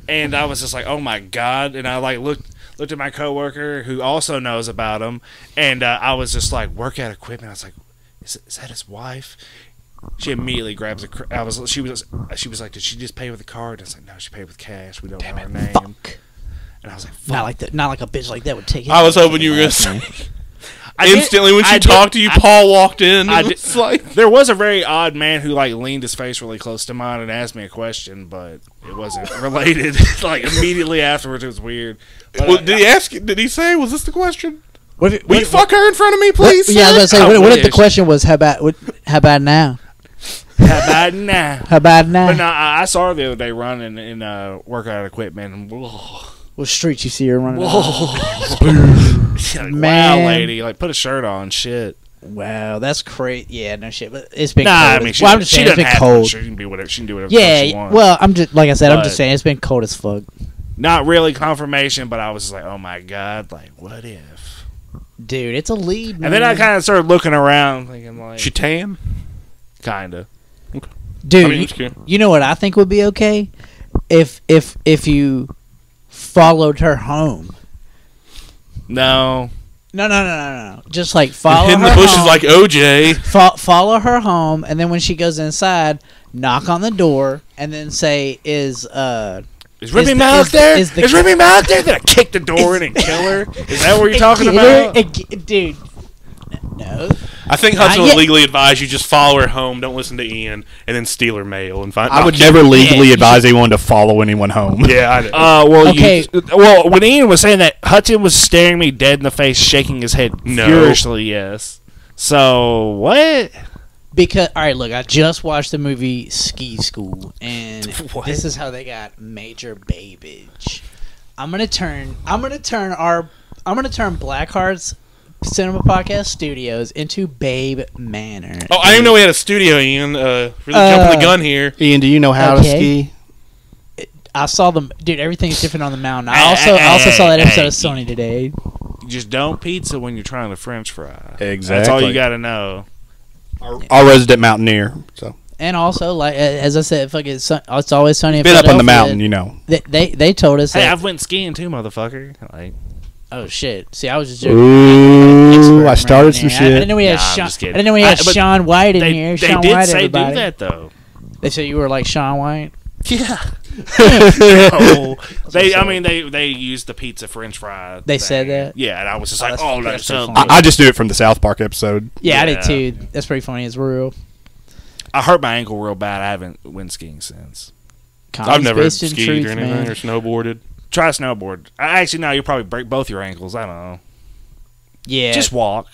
Speaker 4: and I was just like, oh my god. And I like looked looked at my coworker who also knows about him, and uh, I was just like, workout equipment. I was like, is, is that his wife? She immediately grabs a. Cr- I was. She was. She was like, did she just pay with a card? And it's like, no, she paid with cash. We don't know her name.
Speaker 2: fuck.
Speaker 4: And I was like, fuck.
Speaker 2: Not like that. Not like a bitch like that would take it.
Speaker 3: I was hoping you were gonna say
Speaker 4: I did-
Speaker 3: instantly when she
Speaker 4: I did-
Speaker 3: talked to you. Paul walked in.
Speaker 4: I
Speaker 3: I
Speaker 4: did-
Speaker 3: was like,
Speaker 4: There was a very odd man who like leaned his face really close to mine and asked me a question, but it wasn't related. like immediately afterwards, it was weird. But
Speaker 3: well,
Speaker 4: I-
Speaker 3: did he ask? you- Did he say? Was this the question?
Speaker 2: What if it-
Speaker 3: Will you
Speaker 2: what-
Speaker 3: fuck her in front of me, please?
Speaker 2: Yeah, I was gonna say.
Speaker 4: I
Speaker 2: What, what if the
Speaker 4: wish.
Speaker 2: question was how about? What, How about now?
Speaker 4: How about now?
Speaker 2: How about now?
Speaker 4: But no, I, I saw her the other day running in uh, workout equipment. And, whoa,
Speaker 2: What street you see her running? on?
Speaker 4: like,
Speaker 2: Man.
Speaker 4: wow, lady, like put a shirt on, shit.
Speaker 2: Wow, that's crazy. Yeah, no shit. But it's been
Speaker 4: Nah,
Speaker 2: cold.
Speaker 4: I mean, she,
Speaker 2: well, I'm just
Speaker 4: she
Speaker 2: saying it's
Speaker 4: doesn't
Speaker 2: been
Speaker 4: have
Speaker 2: cold.
Speaker 4: To. She can be whatever. She can do whatever the fuck
Speaker 2: Yeah.
Speaker 4: she
Speaker 2: yeah,
Speaker 4: wants.
Speaker 2: Well, I'm just like I said. I'm just
Speaker 4: But-
Speaker 2: saying it's been cold as fuck.
Speaker 4: not really confirmation, but I was just like, oh my god, like what if?
Speaker 2: Dude, it's a lead. Man.
Speaker 4: And then I kind of started looking around, thinking like,
Speaker 3: She tan?
Speaker 4: kind of.
Speaker 2: dude,
Speaker 3: I mean,
Speaker 2: you-
Speaker 3: just kidding.
Speaker 2: you know what I think would be okay if if if you followed her home.
Speaker 4: No,
Speaker 2: No, no, no, no, no. Just like
Speaker 3: And
Speaker 2: follow
Speaker 3: hid in
Speaker 2: her
Speaker 3: the bushes
Speaker 2: home,
Speaker 3: like OJ.
Speaker 2: fo- follow her home, and then when she goes inside, knock on the door, and then say, "Is uh."
Speaker 4: is Remy
Speaker 2: the-
Speaker 4: Ma out
Speaker 2: is the-
Speaker 4: there?
Speaker 2: is
Speaker 4: Is,
Speaker 2: the-
Speaker 4: Remy Ma out there? Then I kick the door in and kill her. Is that what you're talking
Speaker 2: Dude,
Speaker 4: about?
Speaker 2: it- Dude. No.
Speaker 3: I think
Speaker 2: Not
Speaker 3: Hudson would
Speaker 2: yet.
Speaker 3: legally advise you just follow her home, don't listen to Ian, and then steal her mail and find.
Speaker 1: I
Speaker 3: No,
Speaker 1: would
Speaker 3: I'm
Speaker 1: never legally
Speaker 2: you
Speaker 1: advise anyone to follow anyone home.
Speaker 3: kidding. Yeah, I know.
Speaker 4: Uh, well,
Speaker 2: Okay.
Speaker 4: you, well, when Ian was saying that, Hudson was staring me dead in the face, shaking his head
Speaker 3: No.
Speaker 4: furiously. Yes. So what?
Speaker 2: Because all right, look, I just watched the movie Ski School, and this is how they got Major Babbage. I'm gonna turn. I'm gonna turn our. I'm gonna turn Blackheart's Cinema Podcast Studios into Babe Manor.
Speaker 3: oh, I didn't even know we had a studio, Ian. Uh, really jumping
Speaker 2: Uh,
Speaker 3: the gun here.
Speaker 1: Ian, do you know how
Speaker 2: Okay.
Speaker 1: to ski?
Speaker 2: I saw them, dude. Everything's different on the mountain. I also I also saw that episode of Sony today.
Speaker 4: You just don't pizza when you're trying to French fry.
Speaker 1: Exactly.
Speaker 4: That's all you got to know.
Speaker 1: Our, our resident mountaineer. So
Speaker 2: And also, like a- as I said, fucking, Son- it's always sunny. in
Speaker 1: been up on the
Speaker 2: Philadelphia.
Speaker 1: mountain, you know.
Speaker 2: They they, they told us
Speaker 4: Hey,
Speaker 2: that.
Speaker 4: I've went skiing too, motherfucker. Like,
Speaker 2: oh shit! See, I was just joking.
Speaker 1: Ooh,
Speaker 2: expert
Speaker 1: I
Speaker 2: right
Speaker 1: started some
Speaker 2: there. I- I didn't
Speaker 1: shit.
Speaker 2: know we had
Speaker 4: Nah, I'm
Speaker 2: Sean.
Speaker 4: just
Speaker 2: I
Speaker 4: kidding.
Speaker 2: didn't know we had
Speaker 4: I- but
Speaker 2: Sean White in
Speaker 4: they,
Speaker 2: here.
Speaker 4: they
Speaker 2: Sean
Speaker 4: did
Speaker 2: White,
Speaker 4: say
Speaker 2: everybody.
Speaker 4: do that though.
Speaker 2: They said you were like Sean White.
Speaker 4: Yeah. no. They, I mean, they they used the pizza French fry.
Speaker 2: They said that?
Speaker 4: Yeah, and I was just
Speaker 2: Oh,
Speaker 4: like,
Speaker 2: that's-
Speaker 4: oh, that's
Speaker 2: that's
Speaker 4: so.
Speaker 2: pretty
Speaker 1: I, I just knew it from the South Park episode.
Speaker 2: Yeah, I
Speaker 4: Yeah.
Speaker 2: did too. That's pretty funny. It's real.
Speaker 4: I hurt my ankle real bad. I haven't went skiing since.
Speaker 3: I've
Speaker 2: Comedy's
Speaker 3: never
Speaker 2: based in
Speaker 3: skied
Speaker 2: truth,
Speaker 3: or anything
Speaker 2: man.
Speaker 3: or snowboarded.
Speaker 4: Try snowboard. I, actually, no, you'll probably break both your ankles. I don't know.
Speaker 2: Yeah,
Speaker 4: Just walk.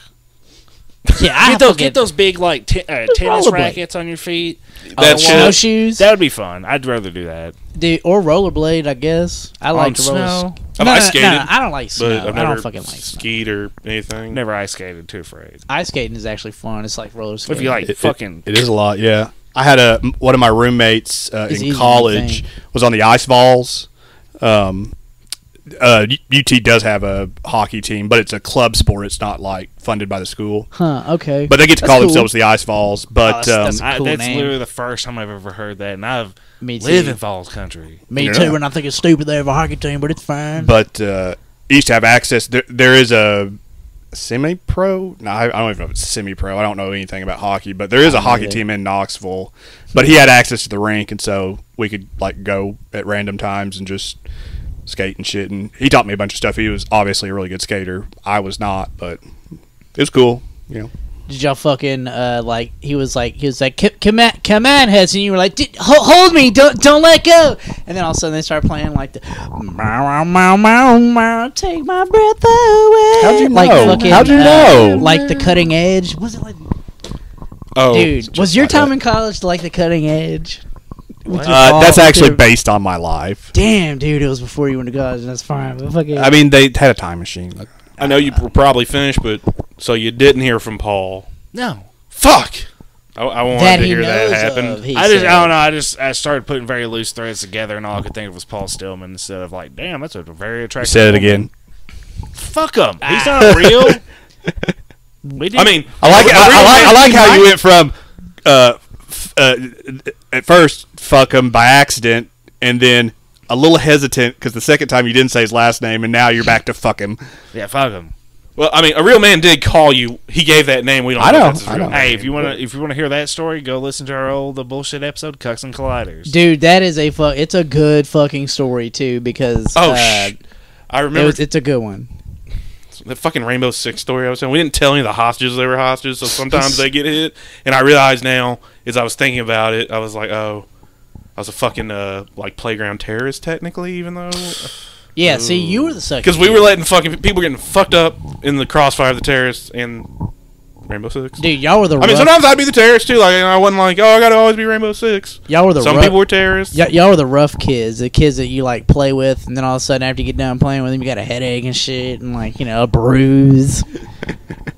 Speaker 2: yeah. I
Speaker 4: get those,
Speaker 2: forget-
Speaker 4: get those big like t- uh, tennis
Speaker 2: rollerblade.
Speaker 4: rackets on your feet. Uh,
Speaker 3: That shit.
Speaker 4: walk.
Speaker 2: snowshoes,
Speaker 4: That would be fun. I'd rather do that.
Speaker 2: dude, or rollerblade. I guess I like to
Speaker 4: On
Speaker 2: roller.
Speaker 4: snow?
Speaker 2: No,
Speaker 3: I've
Speaker 2: no,
Speaker 3: ice
Speaker 2: no,
Speaker 3: skated,
Speaker 2: no, I don't like snow.
Speaker 3: But I've
Speaker 2: I
Speaker 3: never
Speaker 2: don't fucking like snow.
Speaker 3: skied or anything.
Speaker 4: Never ice skated. Too afraid.
Speaker 2: Ice skating is actually fun. It's like roller skating.
Speaker 4: If you like
Speaker 1: It- it-
Speaker 4: fucking
Speaker 1: it is a lot. Yeah, I had a one of my roommates uh,
Speaker 2: It's easy
Speaker 1: in
Speaker 2: to
Speaker 1: college
Speaker 2: think.
Speaker 1: was on the ice balls. Um, uh, U- UT does have a hockey team, but it's a club sport. It's not like funded by the school,
Speaker 2: huh? Okay,
Speaker 1: but they get to
Speaker 2: That's
Speaker 1: call
Speaker 2: cool.
Speaker 1: themselves the ice balls. But
Speaker 2: Oh, that's-
Speaker 1: um,
Speaker 4: I,
Speaker 2: Cool
Speaker 4: that's
Speaker 2: name.
Speaker 4: literally the first time I've ever heard that, and I've
Speaker 2: Me too.
Speaker 4: live in Falls Country.
Speaker 2: Me
Speaker 1: Yeah.
Speaker 2: too. And I think it's stupid they have a hockey team, but it's fine.
Speaker 1: but uh, you used to have access. There, there is a semi pro. No, I, I don't even know if it's semi pro. I don't know anything about hockey, but there is a hockey
Speaker 2: either.
Speaker 1: team in Knoxville. But he had access to the rink, and so we could like go at random times and just skate and shit. And he taught me a bunch of stuff. He was obviously a really good skater. I was not, but it was cool. You know,
Speaker 2: did y'all fucking uh like he was like he was like "C- come at come at Hess and you were like "Did- ho- hold me don't don't let go and then all of a sudden they start playing like the meow meow meow meow meow take my breath away
Speaker 1: How'd you
Speaker 2: like
Speaker 1: know?
Speaker 2: fucking,
Speaker 1: How'd you
Speaker 2: uh,
Speaker 1: know?
Speaker 2: like the cutting edge was it like
Speaker 1: oh,
Speaker 2: dude was your time in college like the cutting edge With your
Speaker 1: Uh,
Speaker 2: ball-
Speaker 1: that's
Speaker 2: with
Speaker 1: actually
Speaker 2: your-
Speaker 1: based on my life.
Speaker 2: damn dude it was before you went to college and that's fine but fucking
Speaker 1: I mean, they had a time machine. Like,
Speaker 3: I know you were probably finished, but so you didn't hear from Paul.
Speaker 4: No,
Speaker 3: Fuck. I, I wanted
Speaker 2: that
Speaker 3: to
Speaker 2: he
Speaker 3: hear that
Speaker 2: knows
Speaker 3: happen.
Speaker 2: of, he
Speaker 4: I just
Speaker 2: said.
Speaker 4: I don't know. I just I started putting very loose threads together, and all I could think of was Paul Stillman instead of like, damn, that's a very
Speaker 1: you
Speaker 4: attractive.
Speaker 1: said it
Speaker 4: woman.
Speaker 1: again.
Speaker 4: Fuck him.
Speaker 2: Ah.
Speaker 4: He's not real. We did.
Speaker 3: I mean,
Speaker 1: I like I, I like I like how you went from uh, f- uh at first fuck him by accident and then a little hesitant because the second time you didn't say his last name and now you're back to fuck him.
Speaker 4: yeah, fuck him.
Speaker 3: Well, I mean, a real man did call you. He gave that name. We don't.
Speaker 1: I
Speaker 3: know.
Speaker 1: know,
Speaker 3: if that's his
Speaker 1: I
Speaker 3: real
Speaker 1: know.
Speaker 3: name.
Speaker 4: Hey, if you wanna if you wanna hear that story, go listen to our old the bullshit episode, Cucks and Colliders.
Speaker 2: dude that is a fu- it's a good fucking story too because
Speaker 3: Oh,
Speaker 2: uh,
Speaker 3: sh- I
Speaker 2: It
Speaker 3: remember
Speaker 2: was, it's a good one.
Speaker 3: the fucking Rainbow Six story I was telling. We didn't tell any of the hostages they were hostages, so sometimes they get hit. And I realize now, as I was thinking about it, I was like, oh, I was a fucking uh, like playground terrorist technically, even though
Speaker 2: Yeah, see, you were the second.
Speaker 3: because we were letting fucking people getting fucked up in the crossfire of the terrorists and Rainbow Six.
Speaker 2: dude. Y'all were the.
Speaker 3: I mean,
Speaker 2: rough-
Speaker 3: sometimes I'd be the terrorist too. Like, and I wasn't like, oh, I gotta always be Rainbow Six.
Speaker 2: y'all were the.
Speaker 3: Some
Speaker 2: rough-
Speaker 3: people were terrorists.
Speaker 2: Y- y'all were the rough kids, the kids that you like play with, and then all of a sudden after you get done playing with them, you got a headache and shit, and like you know a bruise.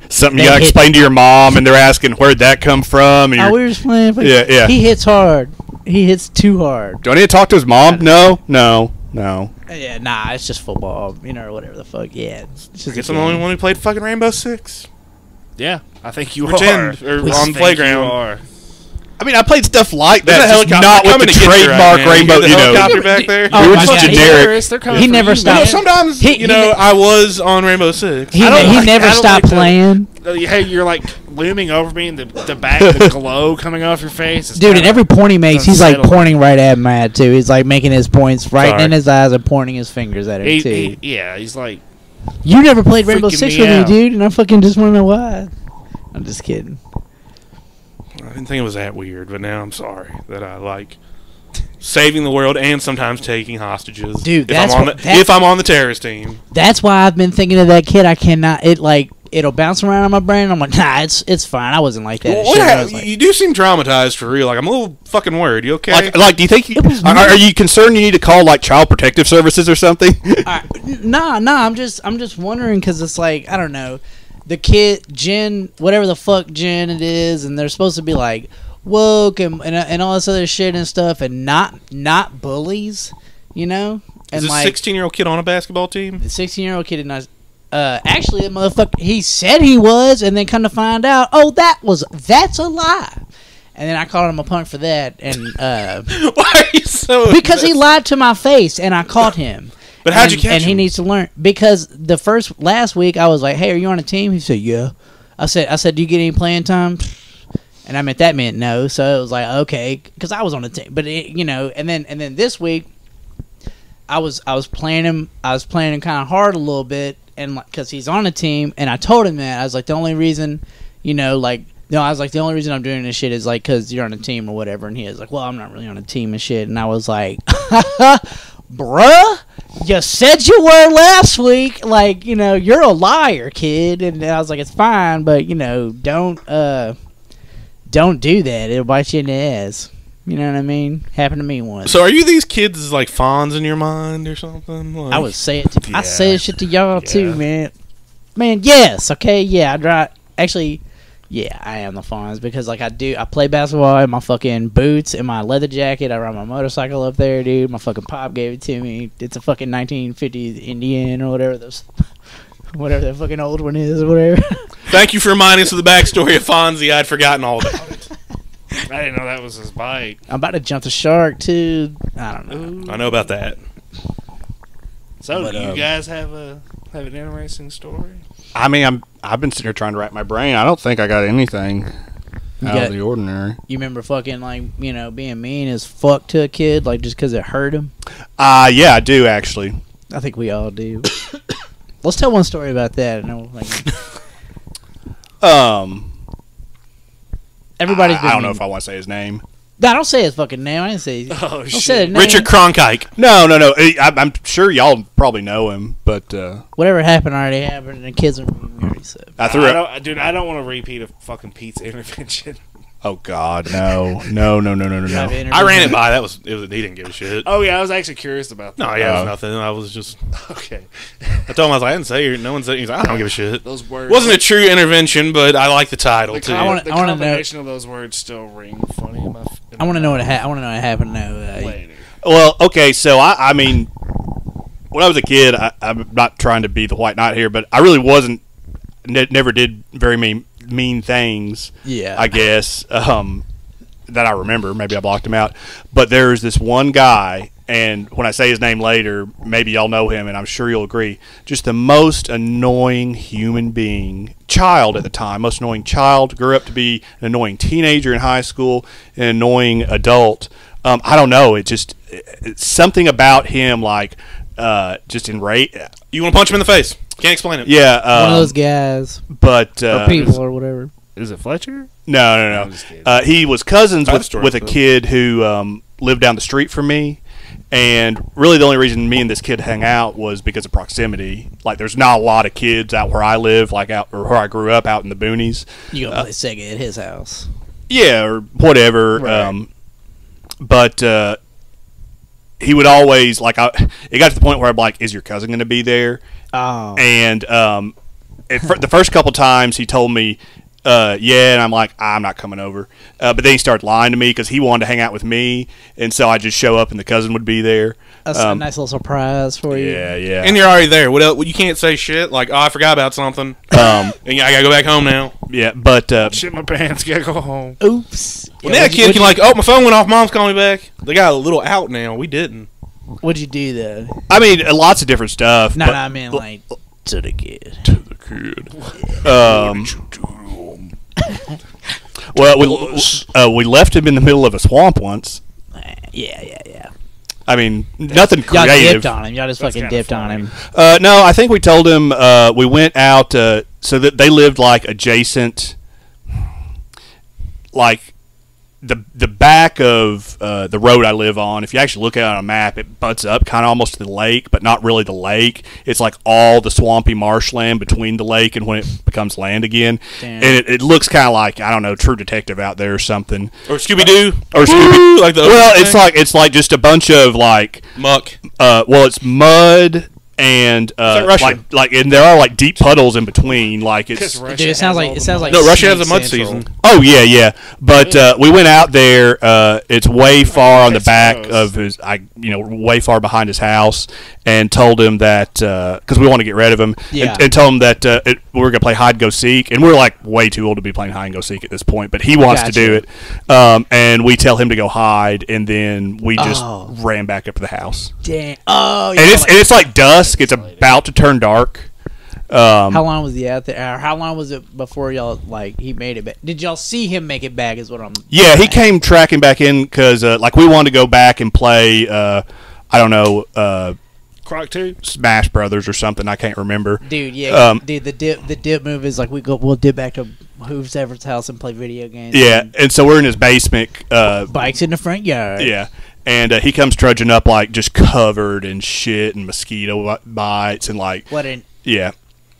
Speaker 1: Something you
Speaker 2: They
Speaker 1: gotta
Speaker 2: hit-
Speaker 1: explain to your mom, and they're asking where'd that come from. And
Speaker 2: Oh,
Speaker 1: you're,
Speaker 2: we were just playing. but
Speaker 1: Yeah, yeah.
Speaker 2: He hits hard. He hits too hard.
Speaker 1: do I need to talk to his mom? No, no, no.
Speaker 2: Yeah, nah, it's just football, you know, or whatever the fuck. Yeah, it's it's
Speaker 3: I
Speaker 2: just
Speaker 3: guess
Speaker 2: a
Speaker 3: I'm the
Speaker 2: game.
Speaker 3: only one who played fucking Rainbow Six.
Speaker 4: Yeah, I think you
Speaker 3: Pretend
Speaker 4: are. I
Speaker 3: or on
Speaker 4: think
Speaker 3: playground.
Speaker 4: you are.
Speaker 1: I mean, I played stuff like
Speaker 3: There's
Speaker 1: that,
Speaker 3: a
Speaker 1: just
Speaker 3: helicopter
Speaker 1: not with
Speaker 3: coming
Speaker 1: the
Speaker 3: to get you right
Speaker 1: trademark
Speaker 3: now. You
Speaker 1: rainbow.
Speaker 3: hear the
Speaker 1: You know,
Speaker 3: helicopter back there.
Speaker 2: Oh
Speaker 1: we were
Speaker 2: my
Speaker 1: just
Speaker 2: God, he-
Speaker 1: generic.
Speaker 5: They're coming
Speaker 2: He
Speaker 5: for
Speaker 2: never
Speaker 5: you,
Speaker 3: You know,
Speaker 2: stopped.
Speaker 5: man.
Speaker 3: sometimes
Speaker 2: He-
Speaker 3: you know
Speaker 2: he-
Speaker 3: I was on Rainbow Six.
Speaker 2: He,
Speaker 4: I don't
Speaker 2: ne- he
Speaker 4: like- I
Speaker 2: never
Speaker 4: don't
Speaker 2: stopped
Speaker 4: like that.
Speaker 2: playing,
Speaker 4: Hey, you're like looming over me, and the, the back, the glow coming off your face. It's
Speaker 2: dude. And
Speaker 4: kinda-
Speaker 2: every point he makes, he's like
Speaker 4: Unsettling.
Speaker 2: pointing right at Matt too. He's like making his points right
Speaker 3: Sorry.
Speaker 2: in his eyes and pointing his fingers at him
Speaker 4: he,
Speaker 2: too.
Speaker 4: he, yeah, he's like
Speaker 2: You never played Rainbow
Speaker 4: Freaking
Speaker 2: Six
Speaker 4: me
Speaker 2: with
Speaker 4: out.
Speaker 2: me, dude, and I fucking just want to know why. I'm just kidding.
Speaker 3: I didn't think it was that weird, but now I'm sorry that I like saving the world and sometimes taking hostages.
Speaker 2: Dude,
Speaker 3: if
Speaker 2: that's
Speaker 3: I'm on
Speaker 2: what-
Speaker 3: the,
Speaker 2: that-
Speaker 3: if I'm on the terrorist team,
Speaker 2: That's why I've been thinking of that kid. I cannot. It like it'll bounce around on my brain. I'm like, nah, it's it's fine. I wasn't like that.
Speaker 3: Well,
Speaker 2: and
Speaker 3: what
Speaker 2: shit, but I
Speaker 3: hap-
Speaker 2: was like,
Speaker 3: you do seem traumatized for real. Like I'm a little fucking worried. You okay?
Speaker 1: Like, like, do you think? You,
Speaker 2: It was
Speaker 1: are,
Speaker 2: me.
Speaker 1: are you concerned you need to call like child protective services or something?
Speaker 2: All right. N- Nah, nah. I'm just, I'm just wondering because it's like I don't know, the kid Jen, whatever the fuck Jen it is, and they're supposed to be like woke and and, and all this other shit and stuff, and not not bullies, you know. And
Speaker 3: Is this
Speaker 2: like
Speaker 3: 16 year old kid on a basketball team?
Speaker 2: the 16 year old kid did not. Uh, actually, the motherfucker he said he was, and then come to find out, oh, that was that's a lie. And then I called him a punk for that, and uh,
Speaker 3: Why are you so?
Speaker 2: because he lied to my face, and I caught him.
Speaker 3: But how'd
Speaker 2: and,
Speaker 3: you catch
Speaker 2: And he
Speaker 3: him?
Speaker 2: needs to learn because the first last week I was like, "Hey, are you on a team?" He said, "Yeah." I said, "I said, do you get any playing time?" And I meant that meant no. So it was like, okay, because I was on a team, but it, you know, and then and then this week, I was I was playing him. I was playing him kind of hard a little bit, and because he's on a team, and I told him that I was like, the only reason, you know, like. No, I was like, the only reason I'm doing this shit is like, cause you're on a team or whatever, and he was like, well, I'm not really on a team and shit, and I was like, bruh, you said you were last week. Like, you know, you're a liar, kid. And I was like, it's fine, but you know, don't uh, don't do that. It'll bite you in the ass. You know what I mean? Happened to me once.
Speaker 3: So are you these kids like fawns in your mind or something? Like,
Speaker 2: I would say it. To,
Speaker 4: Yeah.
Speaker 2: I say this shit to y'all too,
Speaker 4: Yeah.
Speaker 2: man. Man, yes, okay, yeah. I drive. Actually, yeah, I am the Fonz because like I do. I play basketball in my fucking boots and my leather jacket. I ride my motorcycle up there, dude. My fucking pop gave it to me. It's a fucking 1950s Indian or whatever those. Whatever that fucking old one is, or whatever.
Speaker 3: Thank you for reminding us of the backstory of Fonzie. I'd forgotten all that.
Speaker 4: I didn't know that was his bike.
Speaker 2: I'm about to jump the shark too. I don't know.
Speaker 3: I know about that.
Speaker 4: So
Speaker 2: But,
Speaker 4: do
Speaker 2: um,
Speaker 4: you guys have a have an interesting story?
Speaker 1: I mean, I'm I've been sitting here trying to wrap my brain. I don't think I got anything
Speaker 2: You
Speaker 1: out
Speaker 2: got-
Speaker 1: of the ordinary.
Speaker 2: You remember fucking like you know being mean as fuck to a kid like just because it hurt him.
Speaker 1: Uh yeah, I do actually.
Speaker 2: I think we all do. Let's tell one story about that. And then we'll, like,
Speaker 1: Um,
Speaker 2: everybody's been.
Speaker 1: I, I don't know
Speaker 2: mean-
Speaker 1: if I want to say his name.
Speaker 2: Nah, don't say his fucking name. I didn't say. His,
Speaker 4: Oh
Speaker 2: don't say his name.
Speaker 3: Richard Cronkite.
Speaker 1: No, no, no. I, I'm sure y'all probably know him, but uh,
Speaker 2: Whatever happened already happened, and the kids are being married. So.
Speaker 1: I threw
Speaker 4: I
Speaker 1: it.
Speaker 4: don't, dude, I don't want to repeat a fucking Pete's intervention.
Speaker 1: Oh God, no, no, no, no, no, no,
Speaker 2: I've
Speaker 1: no.
Speaker 2: interviewed
Speaker 3: I ran
Speaker 2: him.
Speaker 3: it by. That was, it was he didn't give a shit.
Speaker 4: Oh yeah, I was actually curious about that.
Speaker 3: No, yeah, it
Speaker 1: Oh.
Speaker 3: was nothing. I was just
Speaker 4: Okay,
Speaker 3: I told him I was like, I didn't say it. No one said. He's like, I don't give a shit.
Speaker 4: those words
Speaker 3: Wasn't a true intervention, but I like the title
Speaker 4: The,
Speaker 3: too.
Speaker 4: com-
Speaker 2: I wanna-
Speaker 4: the
Speaker 2: I wanna know-
Speaker 4: combination of those words still ring funny. In my, f- in
Speaker 2: I want to
Speaker 4: my
Speaker 2: know what ha- I want to know what happened. Now, uh,
Speaker 4: later.
Speaker 1: Well, okay, so I, I mean, when I was a kid, I, I'm not trying to be the white knight here, but I really wasn't. Ne- never did very mean mean things.
Speaker 2: yeah,
Speaker 1: I guess, um, that I remember. Maybe I blocked him out. But there's this one guy, and when I say his name later, maybe y'all know him, and I'm sure you'll agree. Just the most annoying human being, child at the time, most annoying child. Grew up to be an annoying teenager in high school, an annoying adult. Um, I don't know. It just it's something about him, like uh, just enraged.
Speaker 3: You want to punch him in the face? Can't explain it.
Speaker 1: Yeah,
Speaker 2: one
Speaker 1: um,
Speaker 2: of those guys
Speaker 1: but
Speaker 2: or
Speaker 1: uh,
Speaker 2: people or whatever.
Speaker 4: Is it Fletcher?
Speaker 1: No, no, no.
Speaker 4: I'm just kidding.
Speaker 1: Uh, he was cousins
Speaker 3: I have a
Speaker 1: with
Speaker 3: story
Speaker 1: with a
Speaker 3: for that.
Speaker 1: kid who um, lived down the street from me, And really, the only reason me and this kid hung out was because of proximity. Like, there's not a lot of kids out where I live, like out or where I grew up, out in the boonies.
Speaker 2: You gonna play Sega at his house?
Speaker 1: Yeah, or whatever.
Speaker 2: Right.
Speaker 1: Um, but uh, he would always like. I, it got to the point where I'm like, "Is your cousin going to be there?"
Speaker 2: Oh,
Speaker 1: And um, at fir- the first couple times he told me, uh, yeah, and I'm like, I'm not coming over. Uh, but then he started lying to me because he wanted to hang out with me, and so I just show up and the cousin would be there.
Speaker 2: that's
Speaker 1: Um,
Speaker 2: a nice little surprise for you.
Speaker 1: yeah, yeah.
Speaker 3: And you're already there. What else? You can't say shit. Like, oh, I forgot about something.
Speaker 1: um,
Speaker 3: And I gotta go back home now.
Speaker 1: yeah, but uh,
Speaker 4: Shit my pants, gotta go home.
Speaker 2: Oops.
Speaker 3: Well,
Speaker 2: Yeah,
Speaker 3: now a
Speaker 2: what'd you-
Speaker 3: kid can
Speaker 2: what'd
Speaker 3: like, oh, my phone went off. Mom's calling me back. They got a little out now. We didn't.
Speaker 2: you- What'd you do though?
Speaker 1: I mean, uh, lots of different stuff.
Speaker 2: No,
Speaker 1: but-
Speaker 2: no, I mean like to the kid.
Speaker 1: Um, well, we uh, we left him in the middle of a swamp once.
Speaker 2: Yeah, yeah, yeah.
Speaker 1: I mean, nothing
Speaker 2: Y'all
Speaker 1: creative.
Speaker 2: dipped on him. Y'all just fucking
Speaker 4: kinda
Speaker 2: dipped on
Speaker 4: funny.
Speaker 2: him.
Speaker 1: Uh, no, I think we told him uh, we went out uh, so that they lived like adjacent, like the the back of uh, the road I live on. If you actually look at it on a map, it butts up kind of almost to the lake, but not really the lake. It's like all the swampy marshland between the lake and when it becomes land again, and
Speaker 2: Damn.
Speaker 1: it, it looks kind of like I don't know, True Detective out there or something.
Speaker 3: Or Scooby Doo.
Speaker 1: Or Scooby-
Speaker 3: Like the
Speaker 1: Well,
Speaker 3: opening
Speaker 1: it's
Speaker 3: thing.
Speaker 1: like it's like just a bunch of like
Speaker 3: muck.
Speaker 1: uh, well, it's mud and uh,
Speaker 3: It's like Russia.
Speaker 1: like like and there are like deep puddles in between. Like it's
Speaker 4: Because Russia
Speaker 2: Dude, it
Speaker 4: has
Speaker 2: sounds like
Speaker 4: all
Speaker 2: it
Speaker 4: the
Speaker 2: sounds like
Speaker 3: No, Russia has a
Speaker 2: Snake
Speaker 3: mud
Speaker 2: Central.
Speaker 3: season.
Speaker 1: oh yeah yeah. But uh, we went out there. Uh, it's way far on the back of his I you know way far behind his house and told him that because we want to get rid of him and-
Speaker 2: Yeah.
Speaker 1: and, told him that uh, it, we were gonna play hide and go seek and we're like way too old to be playing hide and go seek at this point. But he wants to do
Speaker 2: Gotcha.
Speaker 1: it, um, and we tell him to go hide, and then we just
Speaker 2: Oh.
Speaker 1: ran back up to the house.
Speaker 2: Damn. Oh, yeah.
Speaker 1: and it's
Speaker 2: like-
Speaker 1: and it's like dusk. It's about to turn dark. Um,
Speaker 2: how long was he out there? Or how long was it before y'all like he made it back? Did y'all see him make it back? Is what I'm.
Speaker 1: yeah, he came tracking back in because uh, like we wanted to go back and play. Uh, I don't know, uh,
Speaker 4: Croc too.
Speaker 1: Smash Brothers or something. I can't remember.
Speaker 2: Dude, yeah,
Speaker 1: Um,
Speaker 2: dude. The dip, the dip move is like we go, we'll dip back to who's ever's house and play video games.
Speaker 1: Yeah,
Speaker 2: and
Speaker 1: and so we're in his basement. Uh,
Speaker 2: bikes in the front yard.
Speaker 1: yeah, and uh, he comes trudging up like just covered in shit and mosquito bi- bites and like
Speaker 2: What an
Speaker 1: yeah.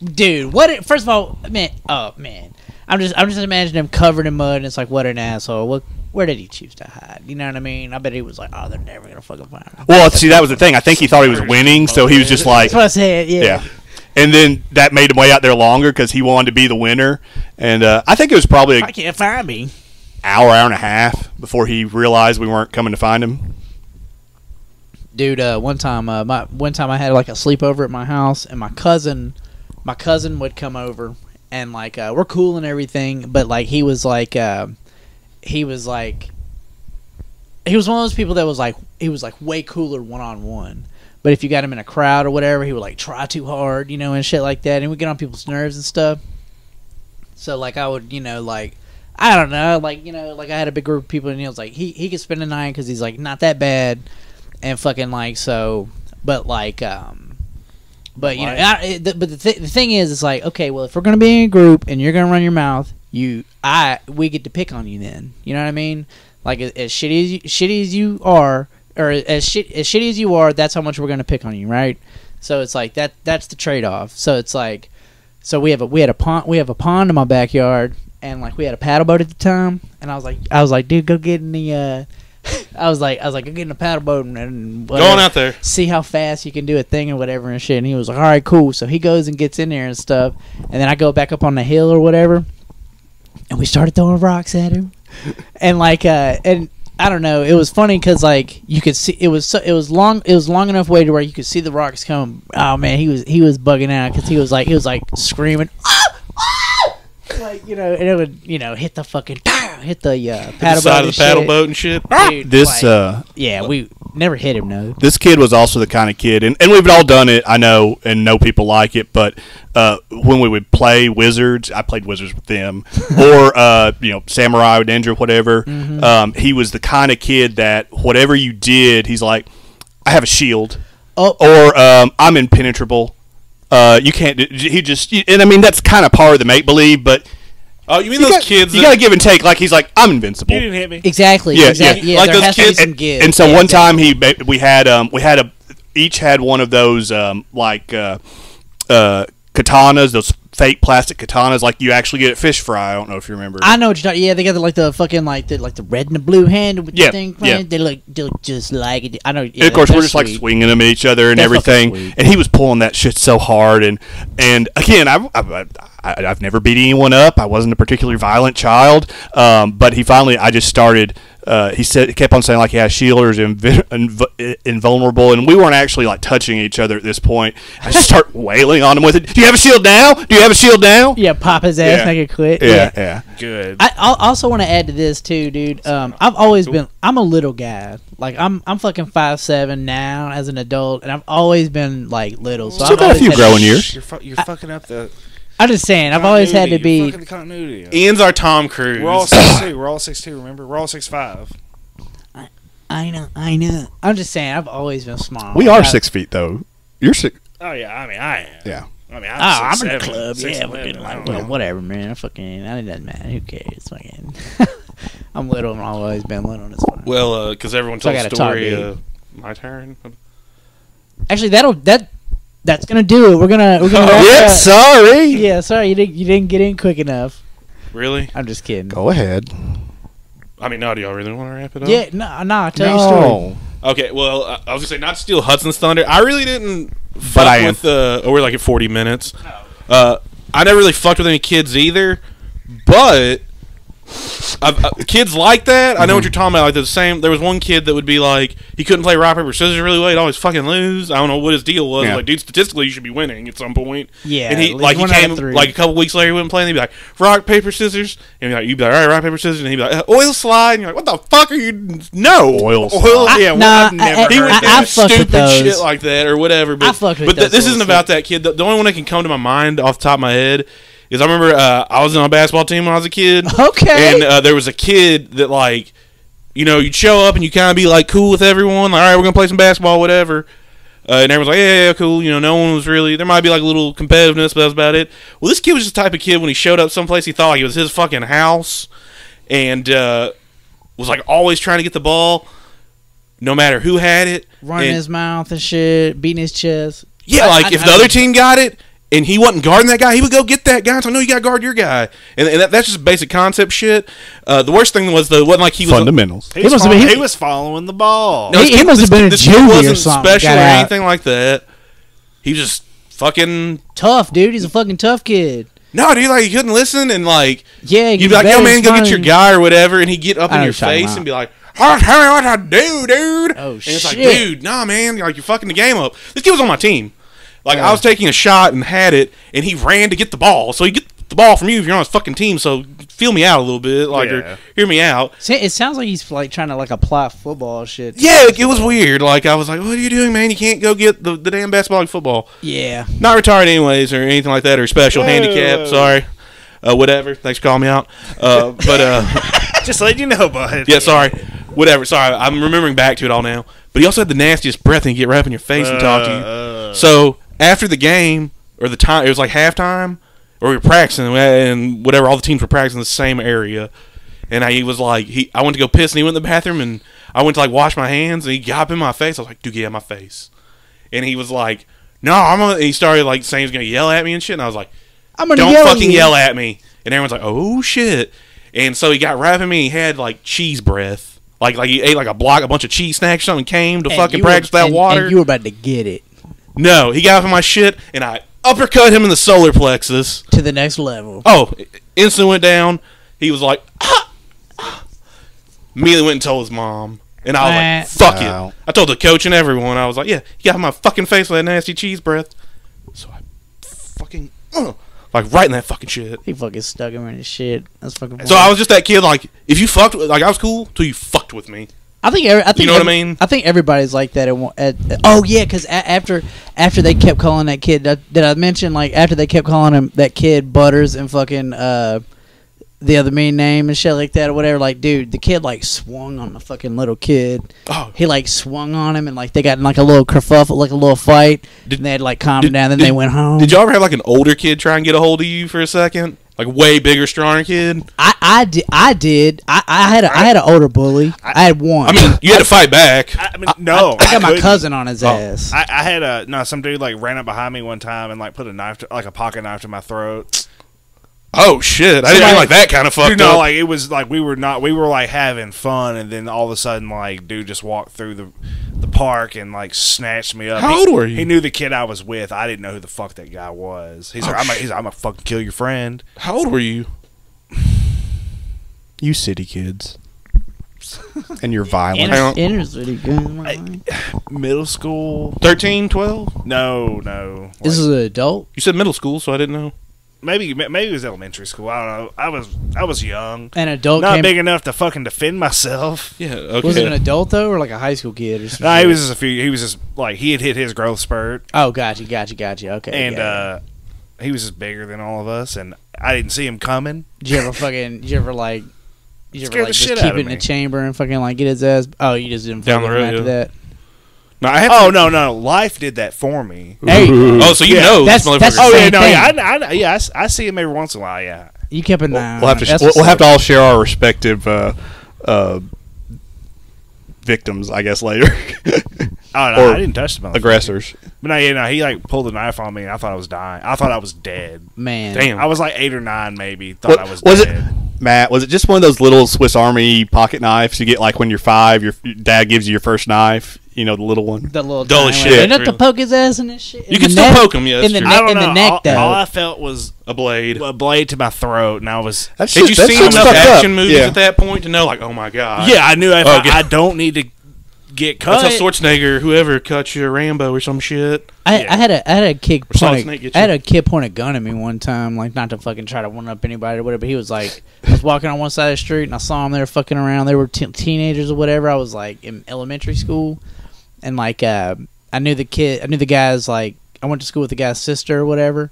Speaker 2: dude. What? A, first of all, man. Oh man, I'm just, I'm just imagining him covered in mud, and it's like, what an asshole. What? Where did he choose to hide? You know what I mean? I bet he was like, oh, they're never gonna fucking find him.
Speaker 1: Well, see, that was the thing. I think he thought he was winning, so he was just like,
Speaker 2: That's what I said. Yeah.
Speaker 1: Yeah. And then that made him wait out there longer because he wanted to be the winner. And uh, I think it was probably
Speaker 2: I
Speaker 1: an
Speaker 2: can't find me.
Speaker 1: hour, hour and a half before he realized we weren't coming to find him.
Speaker 2: dude uh, one time uh, my one time i had like a sleepover at my house and my cousin my cousin would come over and like uh, we're cool and everything but like he was like uh, he was like he was one of those people that was like he was like way cooler one-on-one but if you got him in a crowd or whatever he would like try too hard you know and shit like that and we get on people's nerves and stuff so like i would you know like i don't know like you know like i had a big group of people and he was like he, he could spend a night because he's like not that bad and fucking like so but like um but you know I, it, the- but the, th- the thing is it's like okay well if we're gonna be in a group and you're gonna run your mouth you i we get to pick on you then you know what i mean like as, as shitty as you, shitty as you are or as shit as shitty as you are that's how much we're gonna pick on you right so it's like that that's the trade-off so it's like so we have a we had a pond we have a pond in my backyard and like we had a paddle boat at the time and i was like i was like dude go get in the uh I was like, I was like, I'm getting a paddle boat and, and
Speaker 3: Go on out there.
Speaker 2: see how fast you can do a thing or whatever and shit. And he was like, all right, cool. So he goes and gets in there and stuff. And then I go back up on the hill or whatever. And we started throwing rocks at him. and like, uh, and I don't know. It was funny because like you could see it was so, it was long it was long enough way to where you could see the rocks come. Oh man, he was he was bugging out because he was like he was like screaming. "Ah! Ah!" Like you know, and it would you know hit the fucking hit the uh,
Speaker 3: The
Speaker 2: paddle boat
Speaker 3: side of
Speaker 2: and
Speaker 3: the paddle
Speaker 2: shit.
Speaker 3: boat and shit.
Speaker 2: Dude,
Speaker 1: This
Speaker 2: like-
Speaker 1: uh,
Speaker 2: yeah, we never hit him. No,
Speaker 1: this kid was also the kind of kid, and, and we've all done it, I know, and know people like it, but uh, when we would play Wizards, I played Wizards with them, or, uh, you know, Samurai, Ninja, whatever, um, he was the kind of kid that whatever you did, he's like, I have a shield,
Speaker 2: Oh.
Speaker 1: or um, I'm impenetrable. Uh, you can't, do, he just, and I mean, that's kind of part of the make believe, but
Speaker 3: Oh, you mean
Speaker 1: You
Speaker 3: those
Speaker 1: got-
Speaker 3: kids?
Speaker 1: You
Speaker 3: that-
Speaker 1: got to give and take. Like he's like, I'm invincible.
Speaker 4: You didn't hit me.
Speaker 2: Exactly.
Speaker 1: Yeah,
Speaker 2: exactly.
Speaker 1: yeah.
Speaker 2: Yeah.
Speaker 3: Like
Speaker 2: there
Speaker 3: those
Speaker 2: has
Speaker 3: kids-
Speaker 2: to be some give.
Speaker 1: And so
Speaker 2: Yeah,
Speaker 1: one
Speaker 2: exactly.
Speaker 1: time he ba- we had um we had a each had one of those um like uh uh katanas those fake plastic katanas like you actually get at fish fry. I don't know if you remember.
Speaker 2: I know what you're talking. Yeah, they got the, like the fucking like the like the red and the blue hand with
Speaker 1: Yeah,
Speaker 2: the thing.
Speaker 1: yeah.
Speaker 2: They look they look just like it. I know. Yeah,
Speaker 1: and of course,
Speaker 2: they're
Speaker 1: we're just like
Speaker 2: sweet.
Speaker 1: swinging them at each other and
Speaker 2: They're fucking
Speaker 1: everything.
Speaker 2: sweet.
Speaker 1: And he was pulling that shit so hard. And and again, I, I, I I've never beat anyone up. I wasn't a particularly violent child. Um, but he finally, I just started. Uh, he said, he kept on saying like, "Yeah, Shielders inv- inv- invulnerable," and we weren't actually like touching each other at this point. I just start wailing on him with it. Do you have a shield now? Do you have a shield now?
Speaker 2: Yeah, pop his ass,
Speaker 1: Yeah.
Speaker 2: make it quit.
Speaker 1: yeah. yeah.
Speaker 4: Good.
Speaker 2: I I'll- also want to add to this too, dude. Um, I've always been I'm a little guy. Like I'm I'm fucking five seven now as an adult, and I've always been like little. So
Speaker 1: Still
Speaker 2: I've
Speaker 1: got a
Speaker 2: always
Speaker 1: few
Speaker 2: had-
Speaker 1: growing years.
Speaker 4: You're, fu- you're fucking up the.
Speaker 2: I'm just saying, I've always had to
Speaker 4: continuity. You're
Speaker 2: be.
Speaker 4: fucking the continuity.
Speaker 3: Ian's our Tom Cruise.
Speaker 4: We're all six two. We're all six two. Remember, we're all six five.
Speaker 2: I know, I know. I'm just saying, I've always been small.
Speaker 1: We are
Speaker 2: I've-
Speaker 1: six feet though. You're six.
Speaker 4: Oh yeah, I mean I am.
Speaker 1: Yeah.
Speaker 4: I mean
Speaker 2: Oh,
Speaker 4: I'm,
Speaker 2: I'm
Speaker 4: six,
Speaker 2: in the
Speaker 4: seven,
Speaker 2: club.
Speaker 4: six,
Speaker 2: yeah,
Speaker 4: eleven,
Speaker 2: fucking,
Speaker 4: I don't
Speaker 2: like,
Speaker 4: know.
Speaker 2: well, whatever, man. I fucking, I doesn't matter. Who cares? Fucking, I'm little and I've always been little. And it's fine.
Speaker 3: Well, because everyone
Speaker 2: So I
Speaker 3: tells a
Speaker 2: gotta talk,
Speaker 3: story.
Speaker 2: dude.
Speaker 3: Uh, my turn.
Speaker 2: Actually, that'll that that's gonna do it. We're gonna we're gonna. wrap
Speaker 1: Yeah.
Speaker 2: up.
Speaker 1: Sorry.
Speaker 2: Oh, Yeah, sorry, you didn't you didn't get in quick enough.
Speaker 3: Really?
Speaker 2: I'm just kidding.
Speaker 1: Go ahead.
Speaker 3: I mean, no. Do y'all really want to wrap it up?
Speaker 2: Yeah, no, no, I'll tell you a story.
Speaker 3: Okay. Well, I, I was gonna say not to steal Hudson's thunder. I really didn't. fuck
Speaker 1: I am.
Speaker 3: with the. oh, we're like at forty minutes. Uh, I never really fucked with any kids either, but I've, uh, kids like that. I know
Speaker 1: Mm-hmm.
Speaker 3: what you're talking about. Like the same. There was one kid that would be like, he couldn't play rock paper scissors really well. He'd always fucking lose. I don't know what his deal was.
Speaker 1: Yeah.
Speaker 3: Like, dude, statistically, you should be winning at some point.
Speaker 2: Yeah,
Speaker 3: And
Speaker 2: at
Speaker 3: he
Speaker 2: least
Speaker 3: like he
Speaker 2: one out of
Speaker 3: came
Speaker 2: three.
Speaker 3: like a couple weeks later, he wouldn't play. And he'd be like, rock paper scissors. And he'd be like, you'd be like, all right, rock paper scissors. And he'd be like, uh, oil slide. And you're like, what the fuck are you? No
Speaker 1: Oil slide.
Speaker 2: I-
Speaker 3: yeah,
Speaker 2: nah,
Speaker 3: well, I've never
Speaker 2: I- I-
Speaker 3: heard
Speaker 2: I-
Speaker 3: that.
Speaker 2: I fuck with
Speaker 3: stupid shit
Speaker 2: those.
Speaker 3: like that or whatever. But,
Speaker 2: I fuck with
Speaker 3: but
Speaker 2: those
Speaker 3: th- this
Speaker 2: little
Speaker 3: isn't
Speaker 2: shit.
Speaker 3: about that kid. The, the only one that can come to my mind off the top of my head is I remember uh, I was on a basketball team when I was a kid,
Speaker 2: Okay.
Speaker 3: and uh, there was a kid that like, you know, you'd show up and you kind of be like cool with everyone, like, all right, we're gonna play some basketball, whatever. Uh, and everyone's like, yeah, yeah, yeah, cool. You know, no one was really. There might be like a little competitiveness, but that's about it. Well, this kid was just the type of kid when he showed up someplace, he thought like it was his fucking house, and uh, was like always trying to get the ball, no matter who had it.
Speaker 2: Running
Speaker 3: And-
Speaker 2: his mouth and shit, beating his chest.
Speaker 3: yeah,
Speaker 2: I-
Speaker 3: like
Speaker 2: I-
Speaker 3: if
Speaker 2: I
Speaker 3: the
Speaker 2: know.
Speaker 3: other team got it and he wasn't guarding that guy, he would go get that guy. So no, you got to guard your guy, and, and that, that's just basic concept shit. Uh, the worst thing was though, it wasn't like he was
Speaker 1: Fundamentals.
Speaker 4: He
Speaker 2: He
Speaker 4: was,
Speaker 2: must have
Speaker 4: following,
Speaker 2: been-
Speaker 4: he was following the ball.
Speaker 3: No,
Speaker 2: He-
Speaker 3: this
Speaker 2: he
Speaker 3: kid-
Speaker 2: must have
Speaker 3: this
Speaker 2: been
Speaker 3: kid-
Speaker 2: a
Speaker 3: this kid
Speaker 2: juvie or
Speaker 3: wasn't
Speaker 2: something,
Speaker 3: special
Speaker 2: got
Speaker 3: or
Speaker 2: out.
Speaker 3: anything like that. He just fucking
Speaker 2: Tough, dude. He's a fucking tough kid.
Speaker 3: no, dude. Like he couldn't listen, and like
Speaker 2: Yeah,
Speaker 3: you'd be like, "Yo, man, go get your guy or whatever," and he'd get up
Speaker 2: I know
Speaker 3: in
Speaker 2: what
Speaker 3: your
Speaker 2: you're talking
Speaker 3: face
Speaker 2: about.
Speaker 3: and be like, "How how what I do, dude?"
Speaker 2: Oh,
Speaker 3: and it's like,
Speaker 2: shit.
Speaker 3: dude, nah, man, like you're fucking the game up. This kid was on my team. Like I was taking a shot and had it, and he ran to get the ball. So he get the ball from you if you're on his fucking team. So feel me out a little bit, like
Speaker 4: Yeah.
Speaker 3: or hear me out.
Speaker 2: It sounds like he's like trying to like apply football shit. to-
Speaker 3: Yeah, it, it was weird. Like I was like, "What are you doing, man? You can't go get the, the damn basketball and football."
Speaker 2: yeah.
Speaker 3: not retired anyways or anything like that or special
Speaker 4: Whoa.
Speaker 3: handicap sorry uh, whatever thanks for calling me out uh, but uh,
Speaker 4: Just let you know, bud.
Speaker 3: yeah sorry whatever sorry i'm remembering back to it all now but he also had the nastiest breath and he'd get right up in your face and talk to you so after the game or the time it was like halftime or we were practicing and whatever all the teams were practicing in the same area and I, he was like he i went to go piss and he went in the bathroom and i went to like wash my hands and he got up in my face i was like dude get out of my face and he was like no i'm gonna and he started like saying he was gonna yell at me and shit and i was like
Speaker 2: I'm gonna
Speaker 3: don't
Speaker 2: yell at
Speaker 3: fucking
Speaker 2: you.
Speaker 3: yell at me. And everyone's like, oh shit. And so he got right up at me. He had like cheese breath. Like like he ate like a block, a bunch of cheese snacks, or something. Came to
Speaker 2: And
Speaker 3: fucking
Speaker 2: you were-
Speaker 3: practice that
Speaker 2: and-
Speaker 3: water.
Speaker 2: And you were about to get it
Speaker 3: no, he got up in my shit, and I uppercut him in the solar plexus.
Speaker 2: to the next level.
Speaker 3: Oh, instantly went down. He was like, "Ah!" immediately went and told his mom. And I was like, fuck
Speaker 1: Wow.
Speaker 3: it. I told the coach and everyone. I was like, yeah, he got in my fucking face with that nasty cheese breath. So I fucking uh, like right in that fucking shit.
Speaker 2: He fucking stuck him in his shit. That's fucking.
Speaker 3: So I was just that kid, like, if you fucked with, like, I was cool till you fucked with me.
Speaker 2: I think every, I think
Speaker 3: know what I
Speaker 2: every-
Speaker 3: mean?
Speaker 2: I think everybody's like that. At, one- at, at- oh yeah, because a- after after they kept calling that kid that, that I mentioned, like after they kept calling him that kid Butters and fucking uh, the other mean name and shit like that or whatever. Like, dude, the kid like swung on the fucking little kid.
Speaker 3: Oh.
Speaker 2: He like swung on him and like they got in like a little kerfuffle, like a little fight.
Speaker 3: Did-
Speaker 2: and they had to, like calm
Speaker 3: did-
Speaker 2: him down. Then
Speaker 3: did-
Speaker 2: they went home.
Speaker 3: Did y'all ever have like an older kid try and get a hold of you for a second? Like way bigger, stronger kid.
Speaker 2: I, I, di- I did. I, I had a, I had an older bully. I had one.
Speaker 3: I mean, you had to fight back.
Speaker 4: I, I mean, no,
Speaker 2: I got my
Speaker 4: couldn't. Oh.
Speaker 2: cousin on his ass.
Speaker 4: I, I had a no. Some dude like ran up behind me one time and like put a knife, to, like a pocket knife, to my throat.
Speaker 3: Oh shit! I didn't mean like that kind of fucked
Speaker 4: Dude, no,
Speaker 3: up.
Speaker 4: like it was like we were not. We were like having fun, and then all of a sudden, like dude just walked through the the park and like snatched me up.
Speaker 3: How
Speaker 4: He-
Speaker 3: old were you?
Speaker 4: He knew the kid I was with. I didn't know who the fuck that guy was. He's like, I'm a, he's like, I'm gonna fucking kill your friend.
Speaker 3: How old were you? You city kids.
Speaker 1: and you're violent.
Speaker 3: I don't-
Speaker 2: Inner's really good.
Speaker 4: Middle school?
Speaker 3: 13, 12?
Speaker 4: No, no.
Speaker 2: This
Speaker 4: Like,
Speaker 2: is an adult.
Speaker 3: You said middle school, so I didn't know.
Speaker 4: maybe maybe it was elementary school. I don't know. I was I was young,
Speaker 2: An adult
Speaker 4: not
Speaker 2: came.
Speaker 4: big enough to fucking defend myself.
Speaker 3: Yeah. Okay.
Speaker 2: was it an adult though, or like a high school kid or something?
Speaker 4: No, he was just a few. He was just like he had hit his growth spurt,
Speaker 2: Oh, gotcha, gotcha, gotcha. Okay.
Speaker 4: and
Speaker 2: yeah.
Speaker 4: uh, he was just bigger than all of us, and I didn't see him coming.
Speaker 2: did you ever fucking? Did you ever like? Did you
Speaker 4: Scared
Speaker 2: ever
Speaker 4: the
Speaker 2: like
Speaker 4: shit
Speaker 2: just
Speaker 4: out
Speaker 2: keep
Speaker 4: of
Speaker 2: it in
Speaker 4: me.
Speaker 2: the chamber and fucking like get his ass? Oh, you just didn't
Speaker 3: Down
Speaker 2: fuck
Speaker 3: the
Speaker 2: with him
Speaker 3: road,
Speaker 2: after that.
Speaker 3: no, I have
Speaker 4: Oh no, no, life did that for me.
Speaker 2: Hey,
Speaker 3: Oh, so you
Speaker 4: Yeah,
Speaker 3: know
Speaker 2: that's-
Speaker 3: this motherfucker.
Speaker 2: that's-
Speaker 4: Oh yeah,
Speaker 2: Same
Speaker 4: no,
Speaker 2: thing.
Speaker 4: yeah, I, I, yeah, I s- I, see him every once in a while. Yeah,
Speaker 2: you kept an eye.
Speaker 1: We'll, we'll have to we'll,
Speaker 2: on him. That's
Speaker 1: we'll
Speaker 2: what's
Speaker 1: have to all share our respective uh, uh, victims, I guess, later.
Speaker 4: oh no,
Speaker 1: Or
Speaker 4: I didn't touch him.
Speaker 1: Aggressors.
Speaker 4: but no, yeah, no, he like pulled a knife on me, and I thought I was dying. I thought I was dead.
Speaker 2: up. man.
Speaker 3: Damn.
Speaker 4: I was like eight or nine, maybe. Thought
Speaker 1: What,
Speaker 4: I was.
Speaker 1: was
Speaker 4: dead.
Speaker 1: it Matt? Was it just one of those little Swiss Army pocket knives you get like when you're five? Your, your dad gives you your first knife. You know the little one.
Speaker 2: The little
Speaker 3: Dull
Speaker 2: tiny
Speaker 3: as
Speaker 2: one.
Speaker 1: shit.
Speaker 2: They didn't have to poke his ass in this shit.
Speaker 3: You can still poke him, yeah,
Speaker 2: in
Speaker 3: that's
Speaker 2: the
Speaker 3: true.
Speaker 4: I
Speaker 2: neck,
Speaker 4: don't
Speaker 2: in
Speaker 4: know.
Speaker 2: the neck
Speaker 4: all,
Speaker 2: though.
Speaker 4: all I felt was
Speaker 3: a blade.
Speaker 4: a blade to my throat, and I was.
Speaker 1: That's
Speaker 3: Had you
Speaker 1: that's
Speaker 3: seen enough
Speaker 1: fucked up.
Speaker 3: action movies
Speaker 1: Yeah.
Speaker 3: at that point to know, like, oh my god?
Speaker 4: uh, Yeah, I knew if
Speaker 3: Oh,
Speaker 4: I,
Speaker 3: okay.
Speaker 4: I don't need to get cut.
Speaker 3: That's how Schwarzenegger, whoever cut you, Rambo or some shit.
Speaker 2: I,
Speaker 4: Yeah.
Speaker 2: I had a I had a kid
Speaker 3: Or saw
Speaker 2: point
Speaker 3: a snake get
Speaker 2: a, I had
Speaker 3: you.
Speaker 2: a kid point a gun at me one time, like not to fucking try to one up anybody or whatever. But he was like, I was walking on one side of the street and I saw him there fucking around. They were t- teenagers or whatever. I was like in elementary school, and like uh, I knew the kid, I knew the guy's like I went to school with the guy's sister or whatever,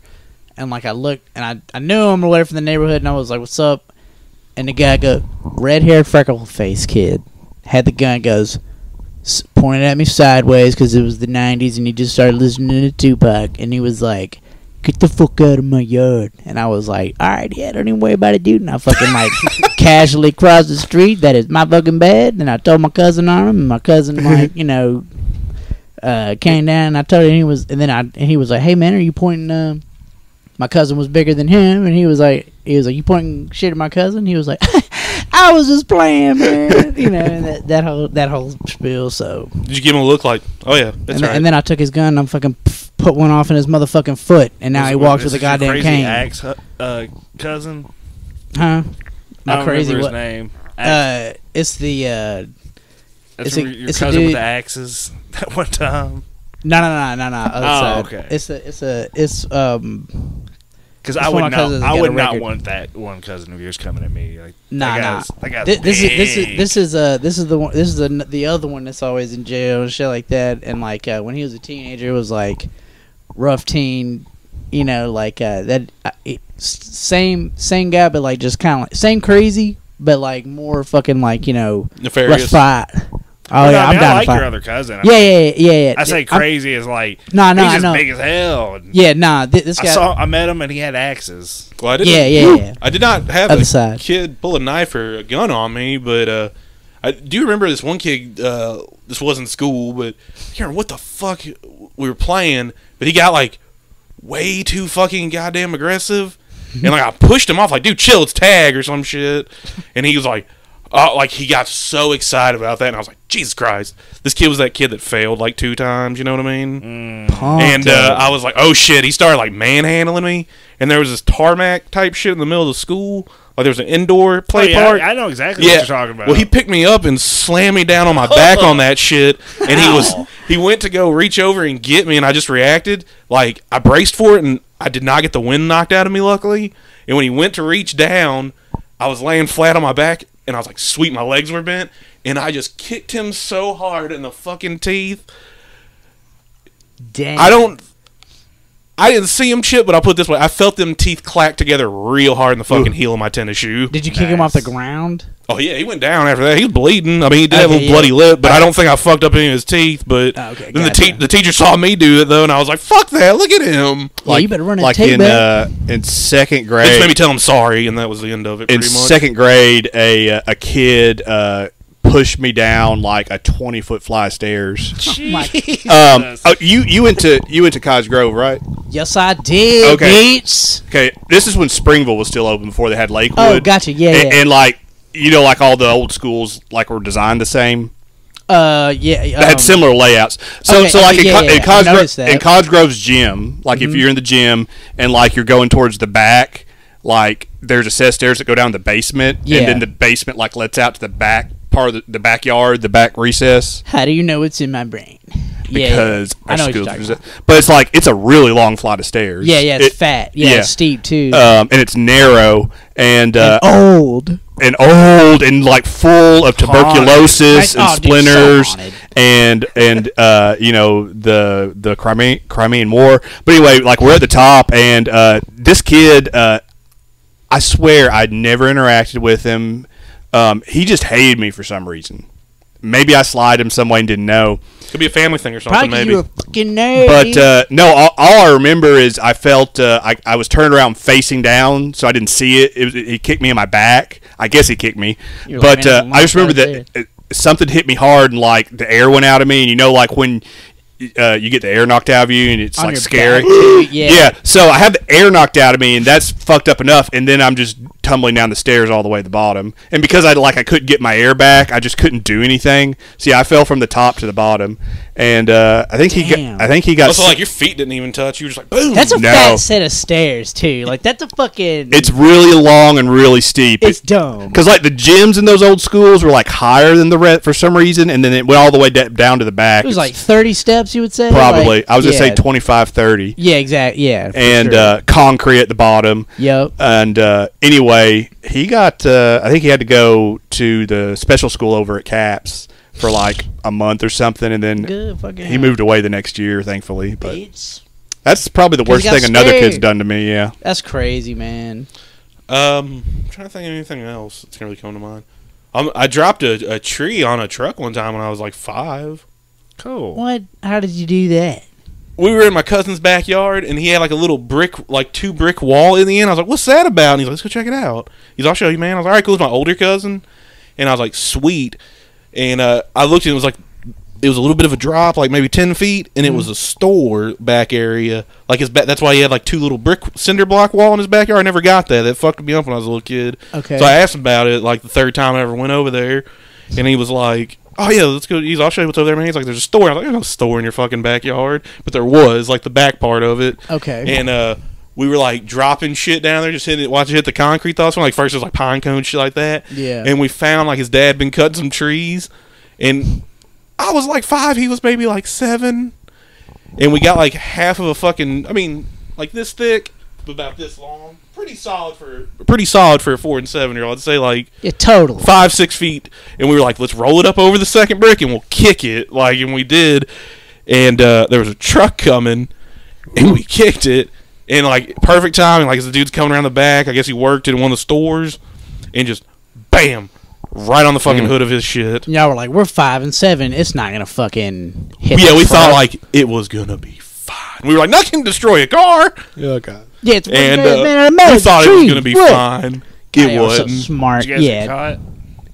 Speaker 2: and like I looked and I I knew him or whatever from the neighborhood, and I was like, what's up? And the guy go, red haired freckle face kid, had the gun, goes, s- pointed at me sideways because it was the 90s and he just started listening to Tupac and he was like, Get the fuck out of my yard. And I was like, All right, yeah, don't even worry about it, dude. And I fucking like casually crossed the street. That is my fucking bed. And I told my cousin on him and my cousin, like, you know, uh, came down and I told him he was, and then I, and he was like, Hey man, are you pointing, um, my cousin was bigger than him, and he was like, he was like, you pointing shit at my cousin. He was like, I was just playing, man. you know and that, that whole that whole spiel. So,
Speaker 3: Did you give him a look like, oh yeah, that's
Speaker 2: and,
Speaker 3: right?
Speaker 2: th- and then I took his gun and I'm fucking pff, put one off in his motherfucking foot, and now he walks with
Speaker 4: This
Speaker 2: a
Speaker 4: is your
Speaker 2: goddamn
Speaker 4: crazy
Speaker 2: cane.
Speaker 4: Axe, uh, cousin.
Speaker 2: Huh?
Speaker 4: I
Speaker 2: Not
Speaker 4: don't
Speaker 2: crazy.
Speaker 4: remember
Speaker 2: What?
Speaker 4: his name. Axe.
Speaker 2: Uh, it's the uh,
Speaker 4: That's
Speaker 2: it's a-
Speaker 4: your- your
Speaker 2: it's a
Speaker 4: cousin with
Speaker 2: dude-
Speaker 4: the axes. That one time,
Speaker 2: no no no no no. Other
Speaker 4: Oh,
Speaker 2: side.
Speaker 4: okay.
Speaker 2: It's a it's a it's um
Speaker 4: because
Speaker 2: That's
Speaker 4: I
Speaker 2: one
Speaker 4: would
Speaker 2: of my
Speaker 4: not,
Speaker 2: cousins that
Speaker 4: I
Speaker 2: got a
Speaker 4: would not
Speaker 2: record.
Speaker 4: want that one cousin of yours coming at me. Like,
Speaker 2: Nah,
Speaker 4: that
Speaker 2: nah.
Speaker 4: guy's- That guy's
Speaker 2: Thi- this is this is
Speaker 4: big.
Speaker 2: this is uh this is the one this is the n- the other one that's always in jail and shit like that and like uh, when he was a teenager it was like rough teen you know like uh that uh, it, s- same same guy but like just kind of like same crazy but like more fucking like you know let's
Speaker 3: Nefarious.
Speaker 2: fight oh
Speaker 4: Well, no, I
Speaker 2: yeah I'm
Speaker 4: mean, I
Speaker 2: down
Speaker 4: like
Speaker 2: to
Speaker 4: your
Speaker 2: fight
Speaker 4: other cousin. I
Speaker 2: yeah
Speaker 4: mean,
Speaker 2: yeah yeah yeah, yeah.
Speaker 4: I say
Speaker 2: I'm-
Speaker 4: crazy is like
Speaker 2: Nah, nah,
Speaker 4: he's
Speaker 2: I
Speaker 4: just
Speaker 2: know.
Speaker 4: big as hell. and
Speaker 2: yeah nah thi- this
Speaker 4: I
Speaker 2: guy
Speaker 4: saw I met him and he had axes.
Speaker 3: Well, I didn't,
Speaker 2: yeah yeah yeah
Speaker 3: I did not have
Speaker 2: Other
Speaker 3: a
Speaker 2: side.
Speaker 3: kid pull a knife or a gun on me, but uh, I do remember this one kid. Uh, this wasn't school, but I can't remember what the fuck we were playing. But he got like way too fucking goddamn aggressive, and like I pushed him off, like dude, chill, it's tag or some shit. And he was like, oh, like he got so excited about that, and I was like, Jesus Christ, this kid was that kid that failed like two times. You know what I mean?
Speaker 2: Punked
Speaker 3: and uh,
Speaker 2: him.
Speaker 3: I was like, "Oh shit!" He started like manhandling me, and there was this tarmac type shit in the middle of the school. Like there was an indoor
Speaker 4: Oh,
Speaker 3: play
Speaker 4: yeah,
Speaker 3: park.
Speaker 4: I, I know exactly
Speaker 3: yeah.
Speaker 4: what you're talking about.
Speaker 3: Well, he picked me up and slammed me down on my back on that shit, and he was he went to go reach over and get me, and I just reacted like I braced for it, and I did not get the wind knocked out of me, luckily. And when he went to reach down, I was laying flat on my back, and I was like, "Sweet, my legs were bent," and I just kicked him so hard in the fucking teeth.
Speaker 2: Damn.
Speaker 3: I don't. I didn't see him chip, but I'll put it this way: I felt them teeth clack together real hard in the fucking heel of my tennis shoe.
Speaker 2: Did you kick him off the
Speaker 4: Nice.
Speaker 2: ground?
Speaker 3: Oh yeah, he went down after that. He was bleeding. I mean, he did have a
Speaker 2: Okay, yeah.
Speaker 3: bloody lip, but I don't think I fucked up any of his teeth. But
Speaker 2: Oh, okay,
Speaker 3: then the,
Speaker 2: gotcha.
Speaker 3: te- the teacher saw me do it though, and I was like, "Fuck that! Look at him!"
Speaker 2: Yeah, you better run a
Speaker 1: like
Speaker 2: tape
Speaker 1: in
Speaker 2: back.
Speaker 1: uh, in second
Speaker 3: They just
Speaker 1: grade.
Speaker 3: made me tell him sorry, and that was the end of it.
Speaker 1: in
Speaker 3: Pretty much.
Speaker 1: second grade, a uh, a kid uh, pushed me down like a twenty foot fly of stairs.
Speaker 2: Like,
Speaker 1: Um, oh, you you went to you went to Cottage Grove, right?
Speaker 2: yes, I did.
Speaker 1: Okay.
Speaker 2: Bitch.
Speaker 1: Okay, this is when Springville was still open before they had Lakewood.
Speaker 2: Oh, gotcha. Yeah,
Speaker 1: and,
Speaker 2: yeah.
Speaker 1: and, like you know, like all the old schools, like were designed the same.
Speaker 2: Uh, yeah.
Speaker 1: They
Speaker 2: um,
Speaker 1: had similar layouts. So,
Speaker 2: okay,
Speaker 1: so
Speaker 2: okay,
Speaker 1: like in,
Speaker 2: yeah,
Speaker 1: Co-
Speaker 2: yeah,
Speaker 1: in,
Speaker 2: I
Speaker 1: Cottage Gro-
Speaker 2: noticed that. Mm-hmm.
Speaker 1: in Cottage Grove's gym, like if you're in the gym and like you're going towards the back, like there's a set of stairs that go down the basement,
Speaker 2: Yeah.
Speaker 1: and then the basement like lets out to the back part of the, the backyard, the back recess.
Speaker 2: How do you know it's in my brain? Yeah,
Speaker 1: Because
Speaker 2: yeah, I know
Speaker 1: our
Speaker 2: what you're
Speaker 1: school,
Speaker 2: talking
Speaker 1: was-
Speaker 2: about.
Speaker 1: but it's like it's a really long flight of stairs.
Speaker 2: Yeah, yeah, it's
Speaker 1: It-
Speaker 2: fat. Yeah, it's steep too.
Speaker 1: um, and it's narrow and uh,
Speaker 2: old.
Speaker 1: and old and like full of tuberculosis
Speaker 2: Right?
Speaker 1: and
Speaker 2: Oh, dude,
Speaker 1: splinters
Speaker 2: so haunted.
Speaker 1: and and uh, you know the the Crimean, Crimean War. But anyway, like we're at the top, and uh, this kid, uh, I swear I'd never interacted with him. Um, he just hated me for some reason. Maybe I slid him some way and didn't know.
Speaker 3: could be a family thing or something.
Speaker 2: Probably 'cause
Speaker 3: Maybe
Speaker 2: you were a fucking nerd.
Speaker 1: But uh, no, all, all I remember is I felt uh, I, I was turned around facing down, so I didn't see it. it, was, he kicked me in my back. I guess he kicked me,
Speaker 2: You're
Speaker 1: but
Speaker 2: like, man,
Speaker 1: uh,
Speaker 2: I'm
Speaker 1: I just remember
Speaker 2: right
Speaker 1: that uh something hit me hard and like the air went out of me. And you know, like when uh, you get the air knocked out of you, and it's
Speaker 2: On
Speaker 1: like
Speaker 2: your
Speaker 1: scary.
Speaker 2: back, too, yeah.
Speaker 1: So I have the air knocked out of me, and that's fucked up enough. And then I'm just tumbling down the stairs all the way to the bottom. And because I like I couldn't get my air back, I just couldn't do anything. See, I fell from the top to the bottom, and uh, I think he
Speaker 2: Damn.
Speaker 1: got. I think he got.
Speaker 3: also
Speaker 1: s-
Speaker 3: like your feet didn't even touch. You were just like boom.
Speaker 2: that's a
Speaker 1: no.
Speaker 2: fat set of stairs too. Like that's a fucking.
Speaker 1: it's really long and really steep.
Speaker 2: it's dumb.
Speaker 1: because like the gyms in those old schools were like higher than the rent for some reason, and then it went all the way da- down to the back.
Speaker 2: It was
Speaker 1: It's
Speaker 2: like thirty steps. You would say
Speaker 1: probably
Speaker 2: Like,
Speaker 1: I was gonna say
Speaker 2: yeah.
Speaker 1: 25, 30.
Speaker 2: Yeah, exactly. Yeah, for
Speaker 1: and
Speaker 2: sure.
Speaker 1: uh, concrete at the bottom.
Speaker 2: Yep.
Speaker 1: And uh, anyway, he got. Uh, I think he had to go to the special school over at Caps for like a month or something, and then
Speaker 2: Good fucking
Speaker 1: he moved away the next year, thankfully. But
Speaker 2: Bitch.
Speaker 1: that's probably the worst
Speaker 2: he got
Speaker 1: thing another
Speaker 2: scared.
Speaker 1: kid's done to me. Yeah.
Speaker 2: That's crazy, man.
Speaker 3: Um, I'm trying to think of anything else that's gonna really come to mind. Um, I dropped a, a tree on a truck one time when I was like five.
Speaker 4: Cool.
Speaker 2: What? How did you do that?
Speaker 3: We were in my cousin's backyard, and he had like a little brick, like two brick wall in the end. I was like, "What's that about?" And he's like, "Let's go check it out." He's, "I'll show you, man." I was like, "All right, cool." It's my older cousin, and I was like, "Sweet." And uh, I looked, and it was like, it was a little bit of a drop, like maybe ten feet, and
Speaker 2: Mm-hmm.
Speaker 3: it was a store back area. Like his back, that's why he had like two little brick cinder block wall in his backyard. I never got that. That fucked me up when I was a little kid.
Speaker 2: Okay.
Speaker 3: So I asked him about it like the third time I ever went over there, and he was like, "Oh yeah, let's go." He's, "I'll show you what's over there, man." He's like, "There's a store." I was like, "There's no store in your fucking backyard," but there was like the back part of it.
Speaker 2: Okay.
Speaker 3: And uh, we were like dropping shit down there, just hitting it, watching it hit the concrete. Thoughts when like first it was like pine cone shit like that.
Speaker 2: Yeah.
Speaker 3: And we found like his dad had been cutting some trees, and I was like five. He was maybe like seven, and we got like half of a fucking. I mean, like this thick, but about this long. Pretty solid for pretty solid for a four and seven year old. I'd say like
Speaker 2: Yeah, total.
Speaker 3: five six feet, and we were like, let's roll it up over the second brick and we'll kick it. Like, and we did, and uh, there was a truck coming, and we kicked it, and like perfect timing. Like as the dude's coming around the back, I guess he worked in one of the stores, and just bam, right on the
Speaker 2: Mm.
Speaker 3: fucking hood of his shit.
Speaker 2: Y'all were like, we're five and seven. It's not gonna fucking hit.
Speaker 3: Yeah,
Speaker 2: the
Speaker 3: we
Speaker 2: front.
Speaker 3: thought like it was gonna be fine. We were like, nothing can destroy a car,
Speaker 1: Oh God.
Speaker 2: yeah, it's man,
Speaker 3: and uh,
Speaker 2: man,
Speaker 3: we
Speaker 2: it's
Speaker 3: thought it was
Speaker 2: true.
Speaker 3: gonna be
Speaker 2: Look.
Speaker 3: fine.
Speaker 2: God,
Speaker 3: It
Speaker 2: y'all were so
Speaker 3: wasn't.
Speaker 2: smart.
Speaker 4: Did you guys get
Speaker 2: Yeah,
Speaker 4: caught?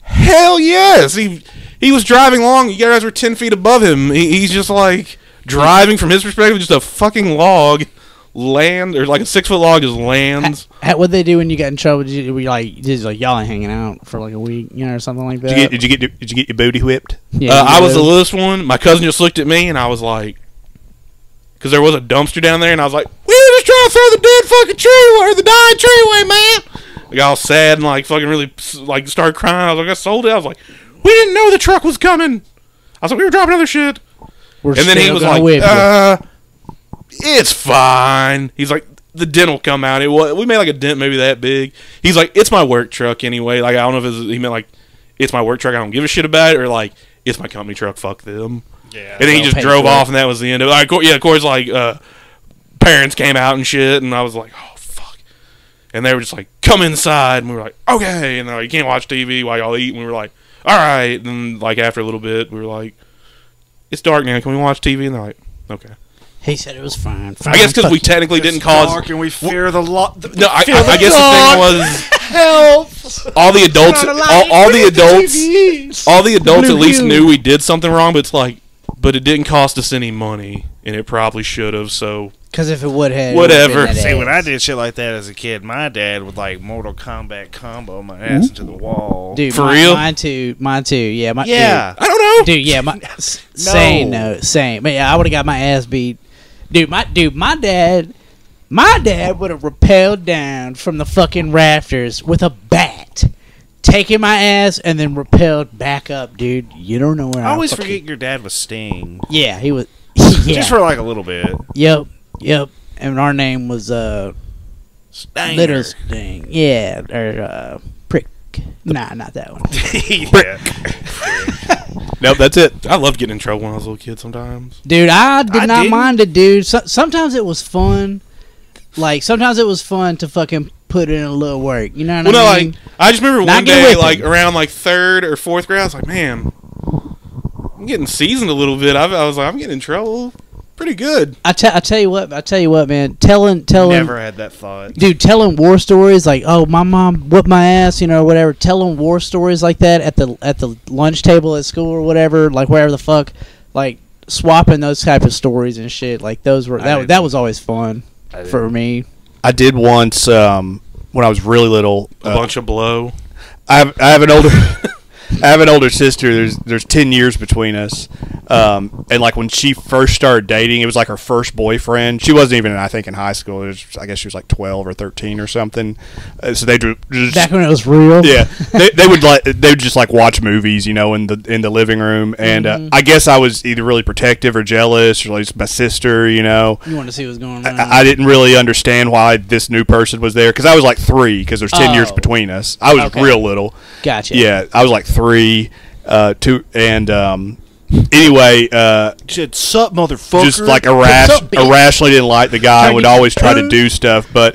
Speaker 3: Hell yes. He he was driving along. You guys were ten feet above him. He, he's just like driving from his perspective, just a fucking log land or like a six foot log just lands.
Speaker 2: How, what they do when you got in trouble? Did you, were you like just like y'all ain't hanging out for like a week, you know, or something like that?
Speaker 1: Did you, get, did you get did you get your booty whipped?
Speaker 2: yeah,
Speaker 3: uh,
Speaker 2: you
Speaker 3: I was the
Speaker 2: know?
Speaker 3: littlest one. My cousin just looked at me and I was like, because there was a dumpster down there, and I was like, we were just trying to throw the dead fucking tree or the dying tree away, man. Like all sad and like fucking really like started crying. I was like, I sold it. I was like, we didn't know the truck was coming. I was like, we were dropping other shit.
Speaker 2: We're
Speaker 3: and then he
Speaker 2: still
Speaker 3: was
Speaker 2: gonna
Speaker 3: like,
Speaker 2: whip you.
Speaker 3: uh, "It's fine." He's like, "The dent will come out." It was, we made like a dent maybe that big. He's like, "It's my work truck anyway." Like I don't know if it's, he meant like, "It's my work truck." I don't give a shit about it, or like, "It's my company truck." Fuck them.
Speaker 4: Yeah.
Speaker 3: And then he
Speaker 2: I'll
Speaker 3: just
Speaker 2: pay
Speaker 3: drove
Speaker 2: for it.
Speaker 3: off, and that was the end of it. Like, Cor- yeah, Corey's like, uh, parents came out and shit, and I was like, oh fuck, and they were just like, come inside, and we were like, okay, and they're like, you can't watch TV while y'all eat, and we were like, all right, and like after a little bit, we were like, it's dark now, can we watch TV? And they're like, okay.
Speaker 2: He said it was fine. fine
Speaker 3: I guess because we
Speaker 2: fuck
Speaker 3: technically didn't
Speaker 4: It's
Speaker 3: cause.
Speaker 4: dark and we fear the lot. The-
Speaker 3: No, I,
Speaker 4: fear
Speaker 3: I, I guess
Speaker 4: dark.
Speaker 3: the thing was
Speaker 4: help.
Speaker 3: all the adults,
Speaker 4: Not allowed
Speaker 3: all,
Speaker 4: to
Speaker 3: all the
Speaker 4: look at
Speaker 3: adults,
Speaker 4: TVs.
Speaker 3: all the adults at least
Speaker 2: Blue.
Speaker 3: knew we did something wrong. But it's like, but it didn't cost us any money, and it probably should have. So
Speaker 2: Because if it would have,
Speaker 3: Whatever.
Speaker 4: See, when I did shit like that as a kid, my dad would like Mortal Kombat combo my ass into the wall.
Speaker 2: Mm-hmm. dude,
Speaker 3: For
Speaker 2: mine-
Speaker 3: real?
Speaker 2: mine too, mine too. Yeah, my,
Speaker 4: yeah.
Speaker 3: I don't know.
Speaker 2: dude, dude, yeah, my s- same, no, same. But yeah, I would have got my ass beat, dude. My dude, my dad, my dad would have rappelled down from the fucking rafters with a bat, taking my ass, and then rappelled back up, dude. You don't know where
Speaker 4: I always
Speaker 2: fucking-
Speaker 4: forget your dad was Sting.
Speaker 2: Yeah, he was. Yeah.
Speaker 4: Just for like a little bit.
Speaker 2: yep. Yep. And our name was uh
Speaker 4: Sting.
Speaker 2: Little Sting. Yeah. Or uh Prick. Nah, not that one.
Speaker 4: yeah.
Speaker 1: Nope, that's it.
Speaker 3: I loved getting in trouble when I was a little kid. Sometimes
Speaker 2: Dude, I did
Speaker 4: I
Speaker 2: not
Speaker 4: didn't.
Speaker 2: mind it, dude. So- sometimes it was fun. Like sometimes it was fun to fucking put in a little work. You know what
Speaker 3: well,
Speaker 2: I
Speaker 3: no,
Speaker 2: mean?
Speaker 3: like I just remember
Speaker 2: Not
Speaker 3: one
Speaker 2: get
Speaker 3: day,
Speaker 2: whipped.
Speaker 3: like around like third or fourth grade, I was like, man, I'm getting seasoned a little bit. I, I was like, I'm getting in trouble pretty good.
Speaker 2: I te- I tell you what, I tell you what, man. Telling telling
Speaker 4: Never had that thought.
Speaker 2: dude telling war stories like oh my mom whooped my ass you know whatever telling war stories like that at the at the lunch table at school or whatever like wherever the fuck like swapping those type of stories and shit like those were
Speaker 4: I
Speaker 2: that
Speaker 4: didn't.
Speaker 2: that was always fun for me
Speaker 1: I did once um, when I was really little.
Speaker 3: A
Speaker 1: uh,
Speaker 3: bunch of blow.
Speaker 1: I have, I have an older I have an older sister. There's there's ten years between us, um, and like when she first started dating, it was like her first boyfriend. She wasn't even I think in high school. It was, I guess she was like twelve or thirteen or something. Uh, so they drew. Just,
Speaker 2: back when it was real
Speaker 1: yeah, they, they would like they would just like watch movies, you know, in the in the living room. And
Speaker 2: Mm-hmm.
Speaker 1: uh, I guess I was either really protective or jealous, or like it's my sister, you know.
Speaker 2: you want to see what's going on
Speaker 1: I, I didn't really understand why this new person was there because I was like three because there's ten years
Speaker 2: Oh.
Speaker 1: between us. I was
Speaker 2: Okay.
Speaker 1: real little.
Speaker 2: gotcha
Speaker 1: Yeah, I was like three, uh, two, and um, anyway, uh,
Speaker 4: Shit, sup, motherfucker.
Speaker 1: just like irras-
Speaker 2: What's up, bitch?
Speaker 1: irrationally didn't like the guy. Would always try to do stuff, but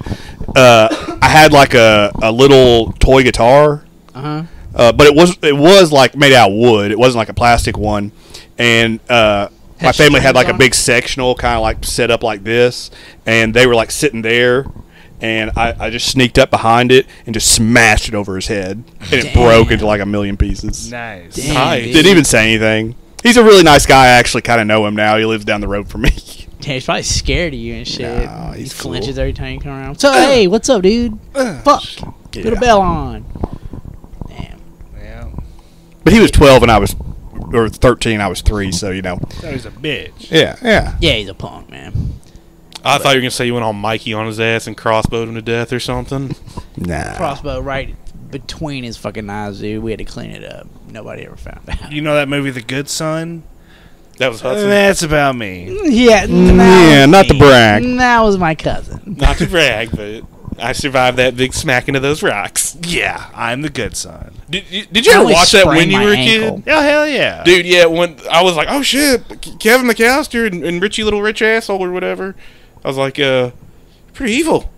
Speaker 1: uh, I had like a, a little toy guitar,
Speaker 2: uh-huh
Speaker 1: uh, but it was it was like made out of wood. It wasn't like a plastic one, and. Uh, my
Speaker 2: Had
Speaker 1: family had
Speaker 2: strings
Speaker 1: like a
Speaker 2: on it?
Speaker 1: big sectional kind of like set up like this, and they were like sitting there, and I, I just sneaked up behind it and just smashed it over his head, and it broke into like a million pieces.
Speaker 4: nice.
Speaker 2: Damn,
Speaker 3: Nice.
Speaker 2: dude.
Speaker 1: Didn't even say anything. He's a really nice guy. I actually kind of know him now. He lives down the road from me.
Speaker 2: Damn, he's probably scared of you and shit
Speaker 1: Nah,
Speaker 2: he
Speaker 1: he's cool.
Speaker 2: flinches every time you come around so hey what's up dude fuck put a bell on damn
Speaker 4: Yeah.
Speaker 1: But he was 12 and I was, or 13, I was 3, so, you know.
Speaker 4: So he's a bitch.
Speaker 1: Yeah, yeah.
Speaker 2: yeah he's a punk man
Speaker 3: I thought you were gonna say you went all Mikey on his ass and crossbowed him to death or something.
Speaker 1: Nah.
Speaker 2: crossbow right between his fucking eyes, dude. We had to clean it up. Nobody ever found out.
Speaker 4: You know that movie, The Good Son?
Speaker 3: That was
Speaker 2: Eh,
Speaker 3: Hudson.
Speaker 2: Uh,
Speaker 4: That's about me.
Speaker 2: yeah,
Speaker 1: yeah, not to brag.
Speaker 2: That was my cousin.
Speaker 3: Not to brag, but I survived that big smack into those rocks.
Speaker 4: Yeah, I'm the good son.
Speaker 3: Did you, did you
Speaker 2: I
Speaker 3: ever
Speaker 2: always
Speaker 3: watch that when
Speaker 2: sprained
Speaker 3: you
Speaker 2: my
Speaker 3: were a
Speaker 2: ankle.
Speaker 3: kid?
Speaker 4: Oh, hell yeah.
Speaker 3: Dude, yeah, when I was like, oh shit, Ke- Kevin McAllister and, and Richie Little Rich Asshole or whatever. I was like, uh, pretty evil.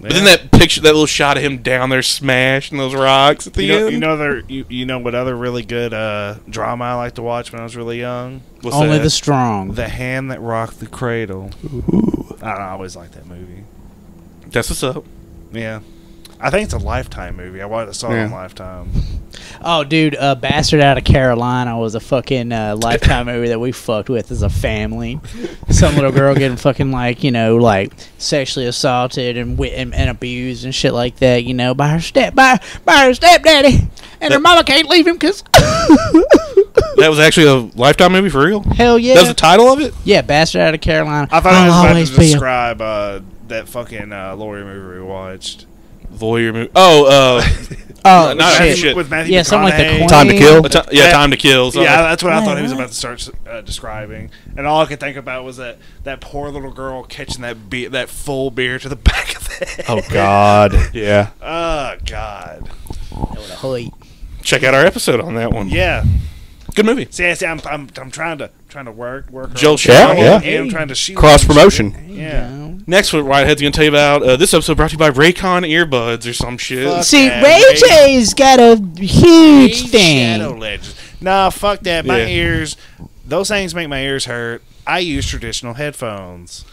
Speaker 3: But then that picture, that little shot of him down there smashing those rocks at the
Speaker 4: You know,
Speaker 3: end.
Speaker 4: you know there. You, you know what other really good uh, drama I like to watch when I was really young?
Speaker 3: What's
Speaker 2: Only
Speaker 3: that?
Speaker 2: the strong.
Speaker 4: The Hand That Rocked the Cradle. I, don't know, I always like that movie.
Speaker 3: That's what's up.
Speaker 4: Yeah, I think it's a Lifetime movie. I watched. I saw it on
Speaker 1: Yeah.
Speaker 4: Lifetime.
Speaker 2: Oh, dude, uh, Bastard Out of Carolina was a fucking uh, lifetime movie that we fucked with as a family. Some little girl getting fucking like you know like sexually assaulted and wi- and, and abused and shit like that. You know by her step by by her stepdaddy, and her mama can't leave him because
Speaker 3: That was actually a Lifetime movie for real.
Speaker 2: hell yeah,
Speaker 3: That was the title of it.
Speaker 2: yeah, Bastard Out of Carolina.
Speaker 4: I thought
Speaker 2: I'll
Speaker 4: I was
Speaker 2: always
Speaker 4: about to
Speaker 2: be a
Speaker 4: describe uh, that fucking uh, lawyer movie we watched.
Speaker 3: Lawyer movie. Oh, uh,
Speaker 2: Oh,
Speaker 3: No, no,
Speaker 2: shit.
Speaker 3: shit.
Speaker 4: with Matthew
Speaker 2: Yeah, something like the
Speaker 4: McConaughey.
Speaker 2: coin.
Speaker 1: Time to kill.
Speaker 3: a ti- yeah, Time to Kill. uh, something
Speaker 4: Yeah,
Speaker 3: like-
Speaker 4: that's what I
Speaker 2: Wait,
Speaker 4: thought he was
Speaker 2: what?
Speaker 4: about to start uh, describing, and all I could think about was that that poor little girl catching that be- that full beer to the back of the head.
Speaker 1: Oh, God. yeah.
Speaker 4: Oh God.
Speaker 2: Hoy.
Speaker 3: check out our episode on that one.
Speaker 4: Yeah.
Speaker 3: Good movie.
Speaker 4: See, I see I'm, I'm I'm trying to trying to work work.
Speaker 3: Joel
Speaker 4: around.
Speaker 3: Schumacher.
Speaker 1: Yeah,
Speaker 4: And I'm trying to shoot
Speaker 1: Cross promotion.
Speaker 4: Yeah.
Speaker 2: You know?
Speaker 3: Next, what Whitehead's going to tell you about uh, this episode brought to you by Raycon earbuds or some shit.
Speaker 4: Fuck.
Speaker 2: See,
Speaker 4: Okay,
Speaker 2: Ray
Speaker 4: Ray-
Speaker 2: J's got a huge
Speaker 4: Shadow
Speaker 2: thing.
Speaker 4: Legends. Nah, fuck that. My
Speaker 3: Yeah.
Speaker 4: ears, those things make my ears hurt. I use traditional headphones.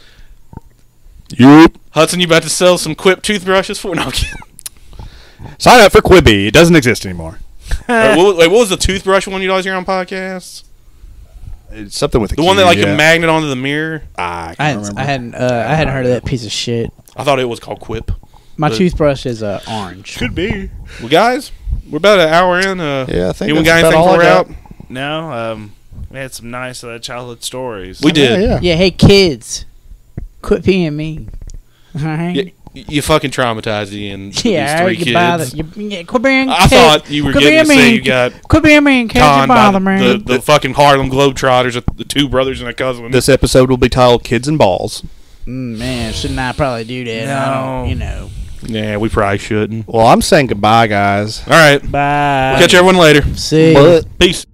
Speaker 1: Yep.
Speaker 3: Hudson, you about to sell some Quip toothbrushes for? No, I'm kidding.
Speaker 1: Sign up for Quibi. It doesn't exist anymore.
Speaker 3: Wait, what, wait, what was the toothbrush one you always hear on podcasts?
Speaker 1: It's something with a
Speaker 3: The one that like
Speaker 1: yeah.
Speaker 3: a magnet onto the mirror.
Speaker 1: I
Speaker 2: I
Speaker 1: can't
Speaker 2: hadn't,
Speaker 1: remember.
Speaker 2: I hadn't, uh, I hadn't heard of that piece of shit.
Speaker 3: I thought it was called Quip.
Speaker 2: My
Speaker 3: But-
Speaker 2: toothbrush is uh, orange.
Speaker 4: Could be.
Speaker 3: Well, guys, we're about an hour in. Uh,
Speaker 1: Yeah, I think
Speaker 3: anyone got
Speaker 1: that's
Speaker 3: anything
Speaker 1: about all
Speaker 3: before
Speaker 1: I
Speaker 3: we're out?
Speaker 1: got.
Speaker 4: No, um, we had some nice uh, childhood stories.
Speaker 3: We did.
Speaker 1: Yeah, yeah.
Speaker 2: Yeah, hey kids, quit peeing me. All right.
Speaker 3: Y- You, fucking traumatized Ian.
Speaker 2: Yeah,
Speaker 3: Yeah,
Speaker 2: all right,
Speaker 3: these three
Speaker 2: you bother.
Speaker 3: kids.
Speaker 2: You, yeah, quit being.
Speaker 3: I thought you were
Speaker 2: quit
Speaker 3: getting to
Speaker 2: being
Speaker 3: say
Speaker 2: mean.
Speaker 3: you got
Speaker 2: Quit being mean, kids. You
Speaker 3: conned by
Speaker 2: bother me.
Speaker 3: the, the, the fucking Harlem Globetrotters, the two brothers and a cousin.
Speaker 1: This episode will be titled "Kids and Balls."
Speaker 2: Mm, man, shouldn't I probably do that? I
Speaker 4: No.
Speaker 2: don't, you know.
Speaker 3: yeah, we probably shouldn't.
Speaker 1: Well, I'm saying goodbye, guys.
Speaker 3: All right.
Speaker 2: Bye.
Speaker 3: Catch everyone later.
Speaker 2: See.
Speaker 1: But-
Speaker 3: Peace.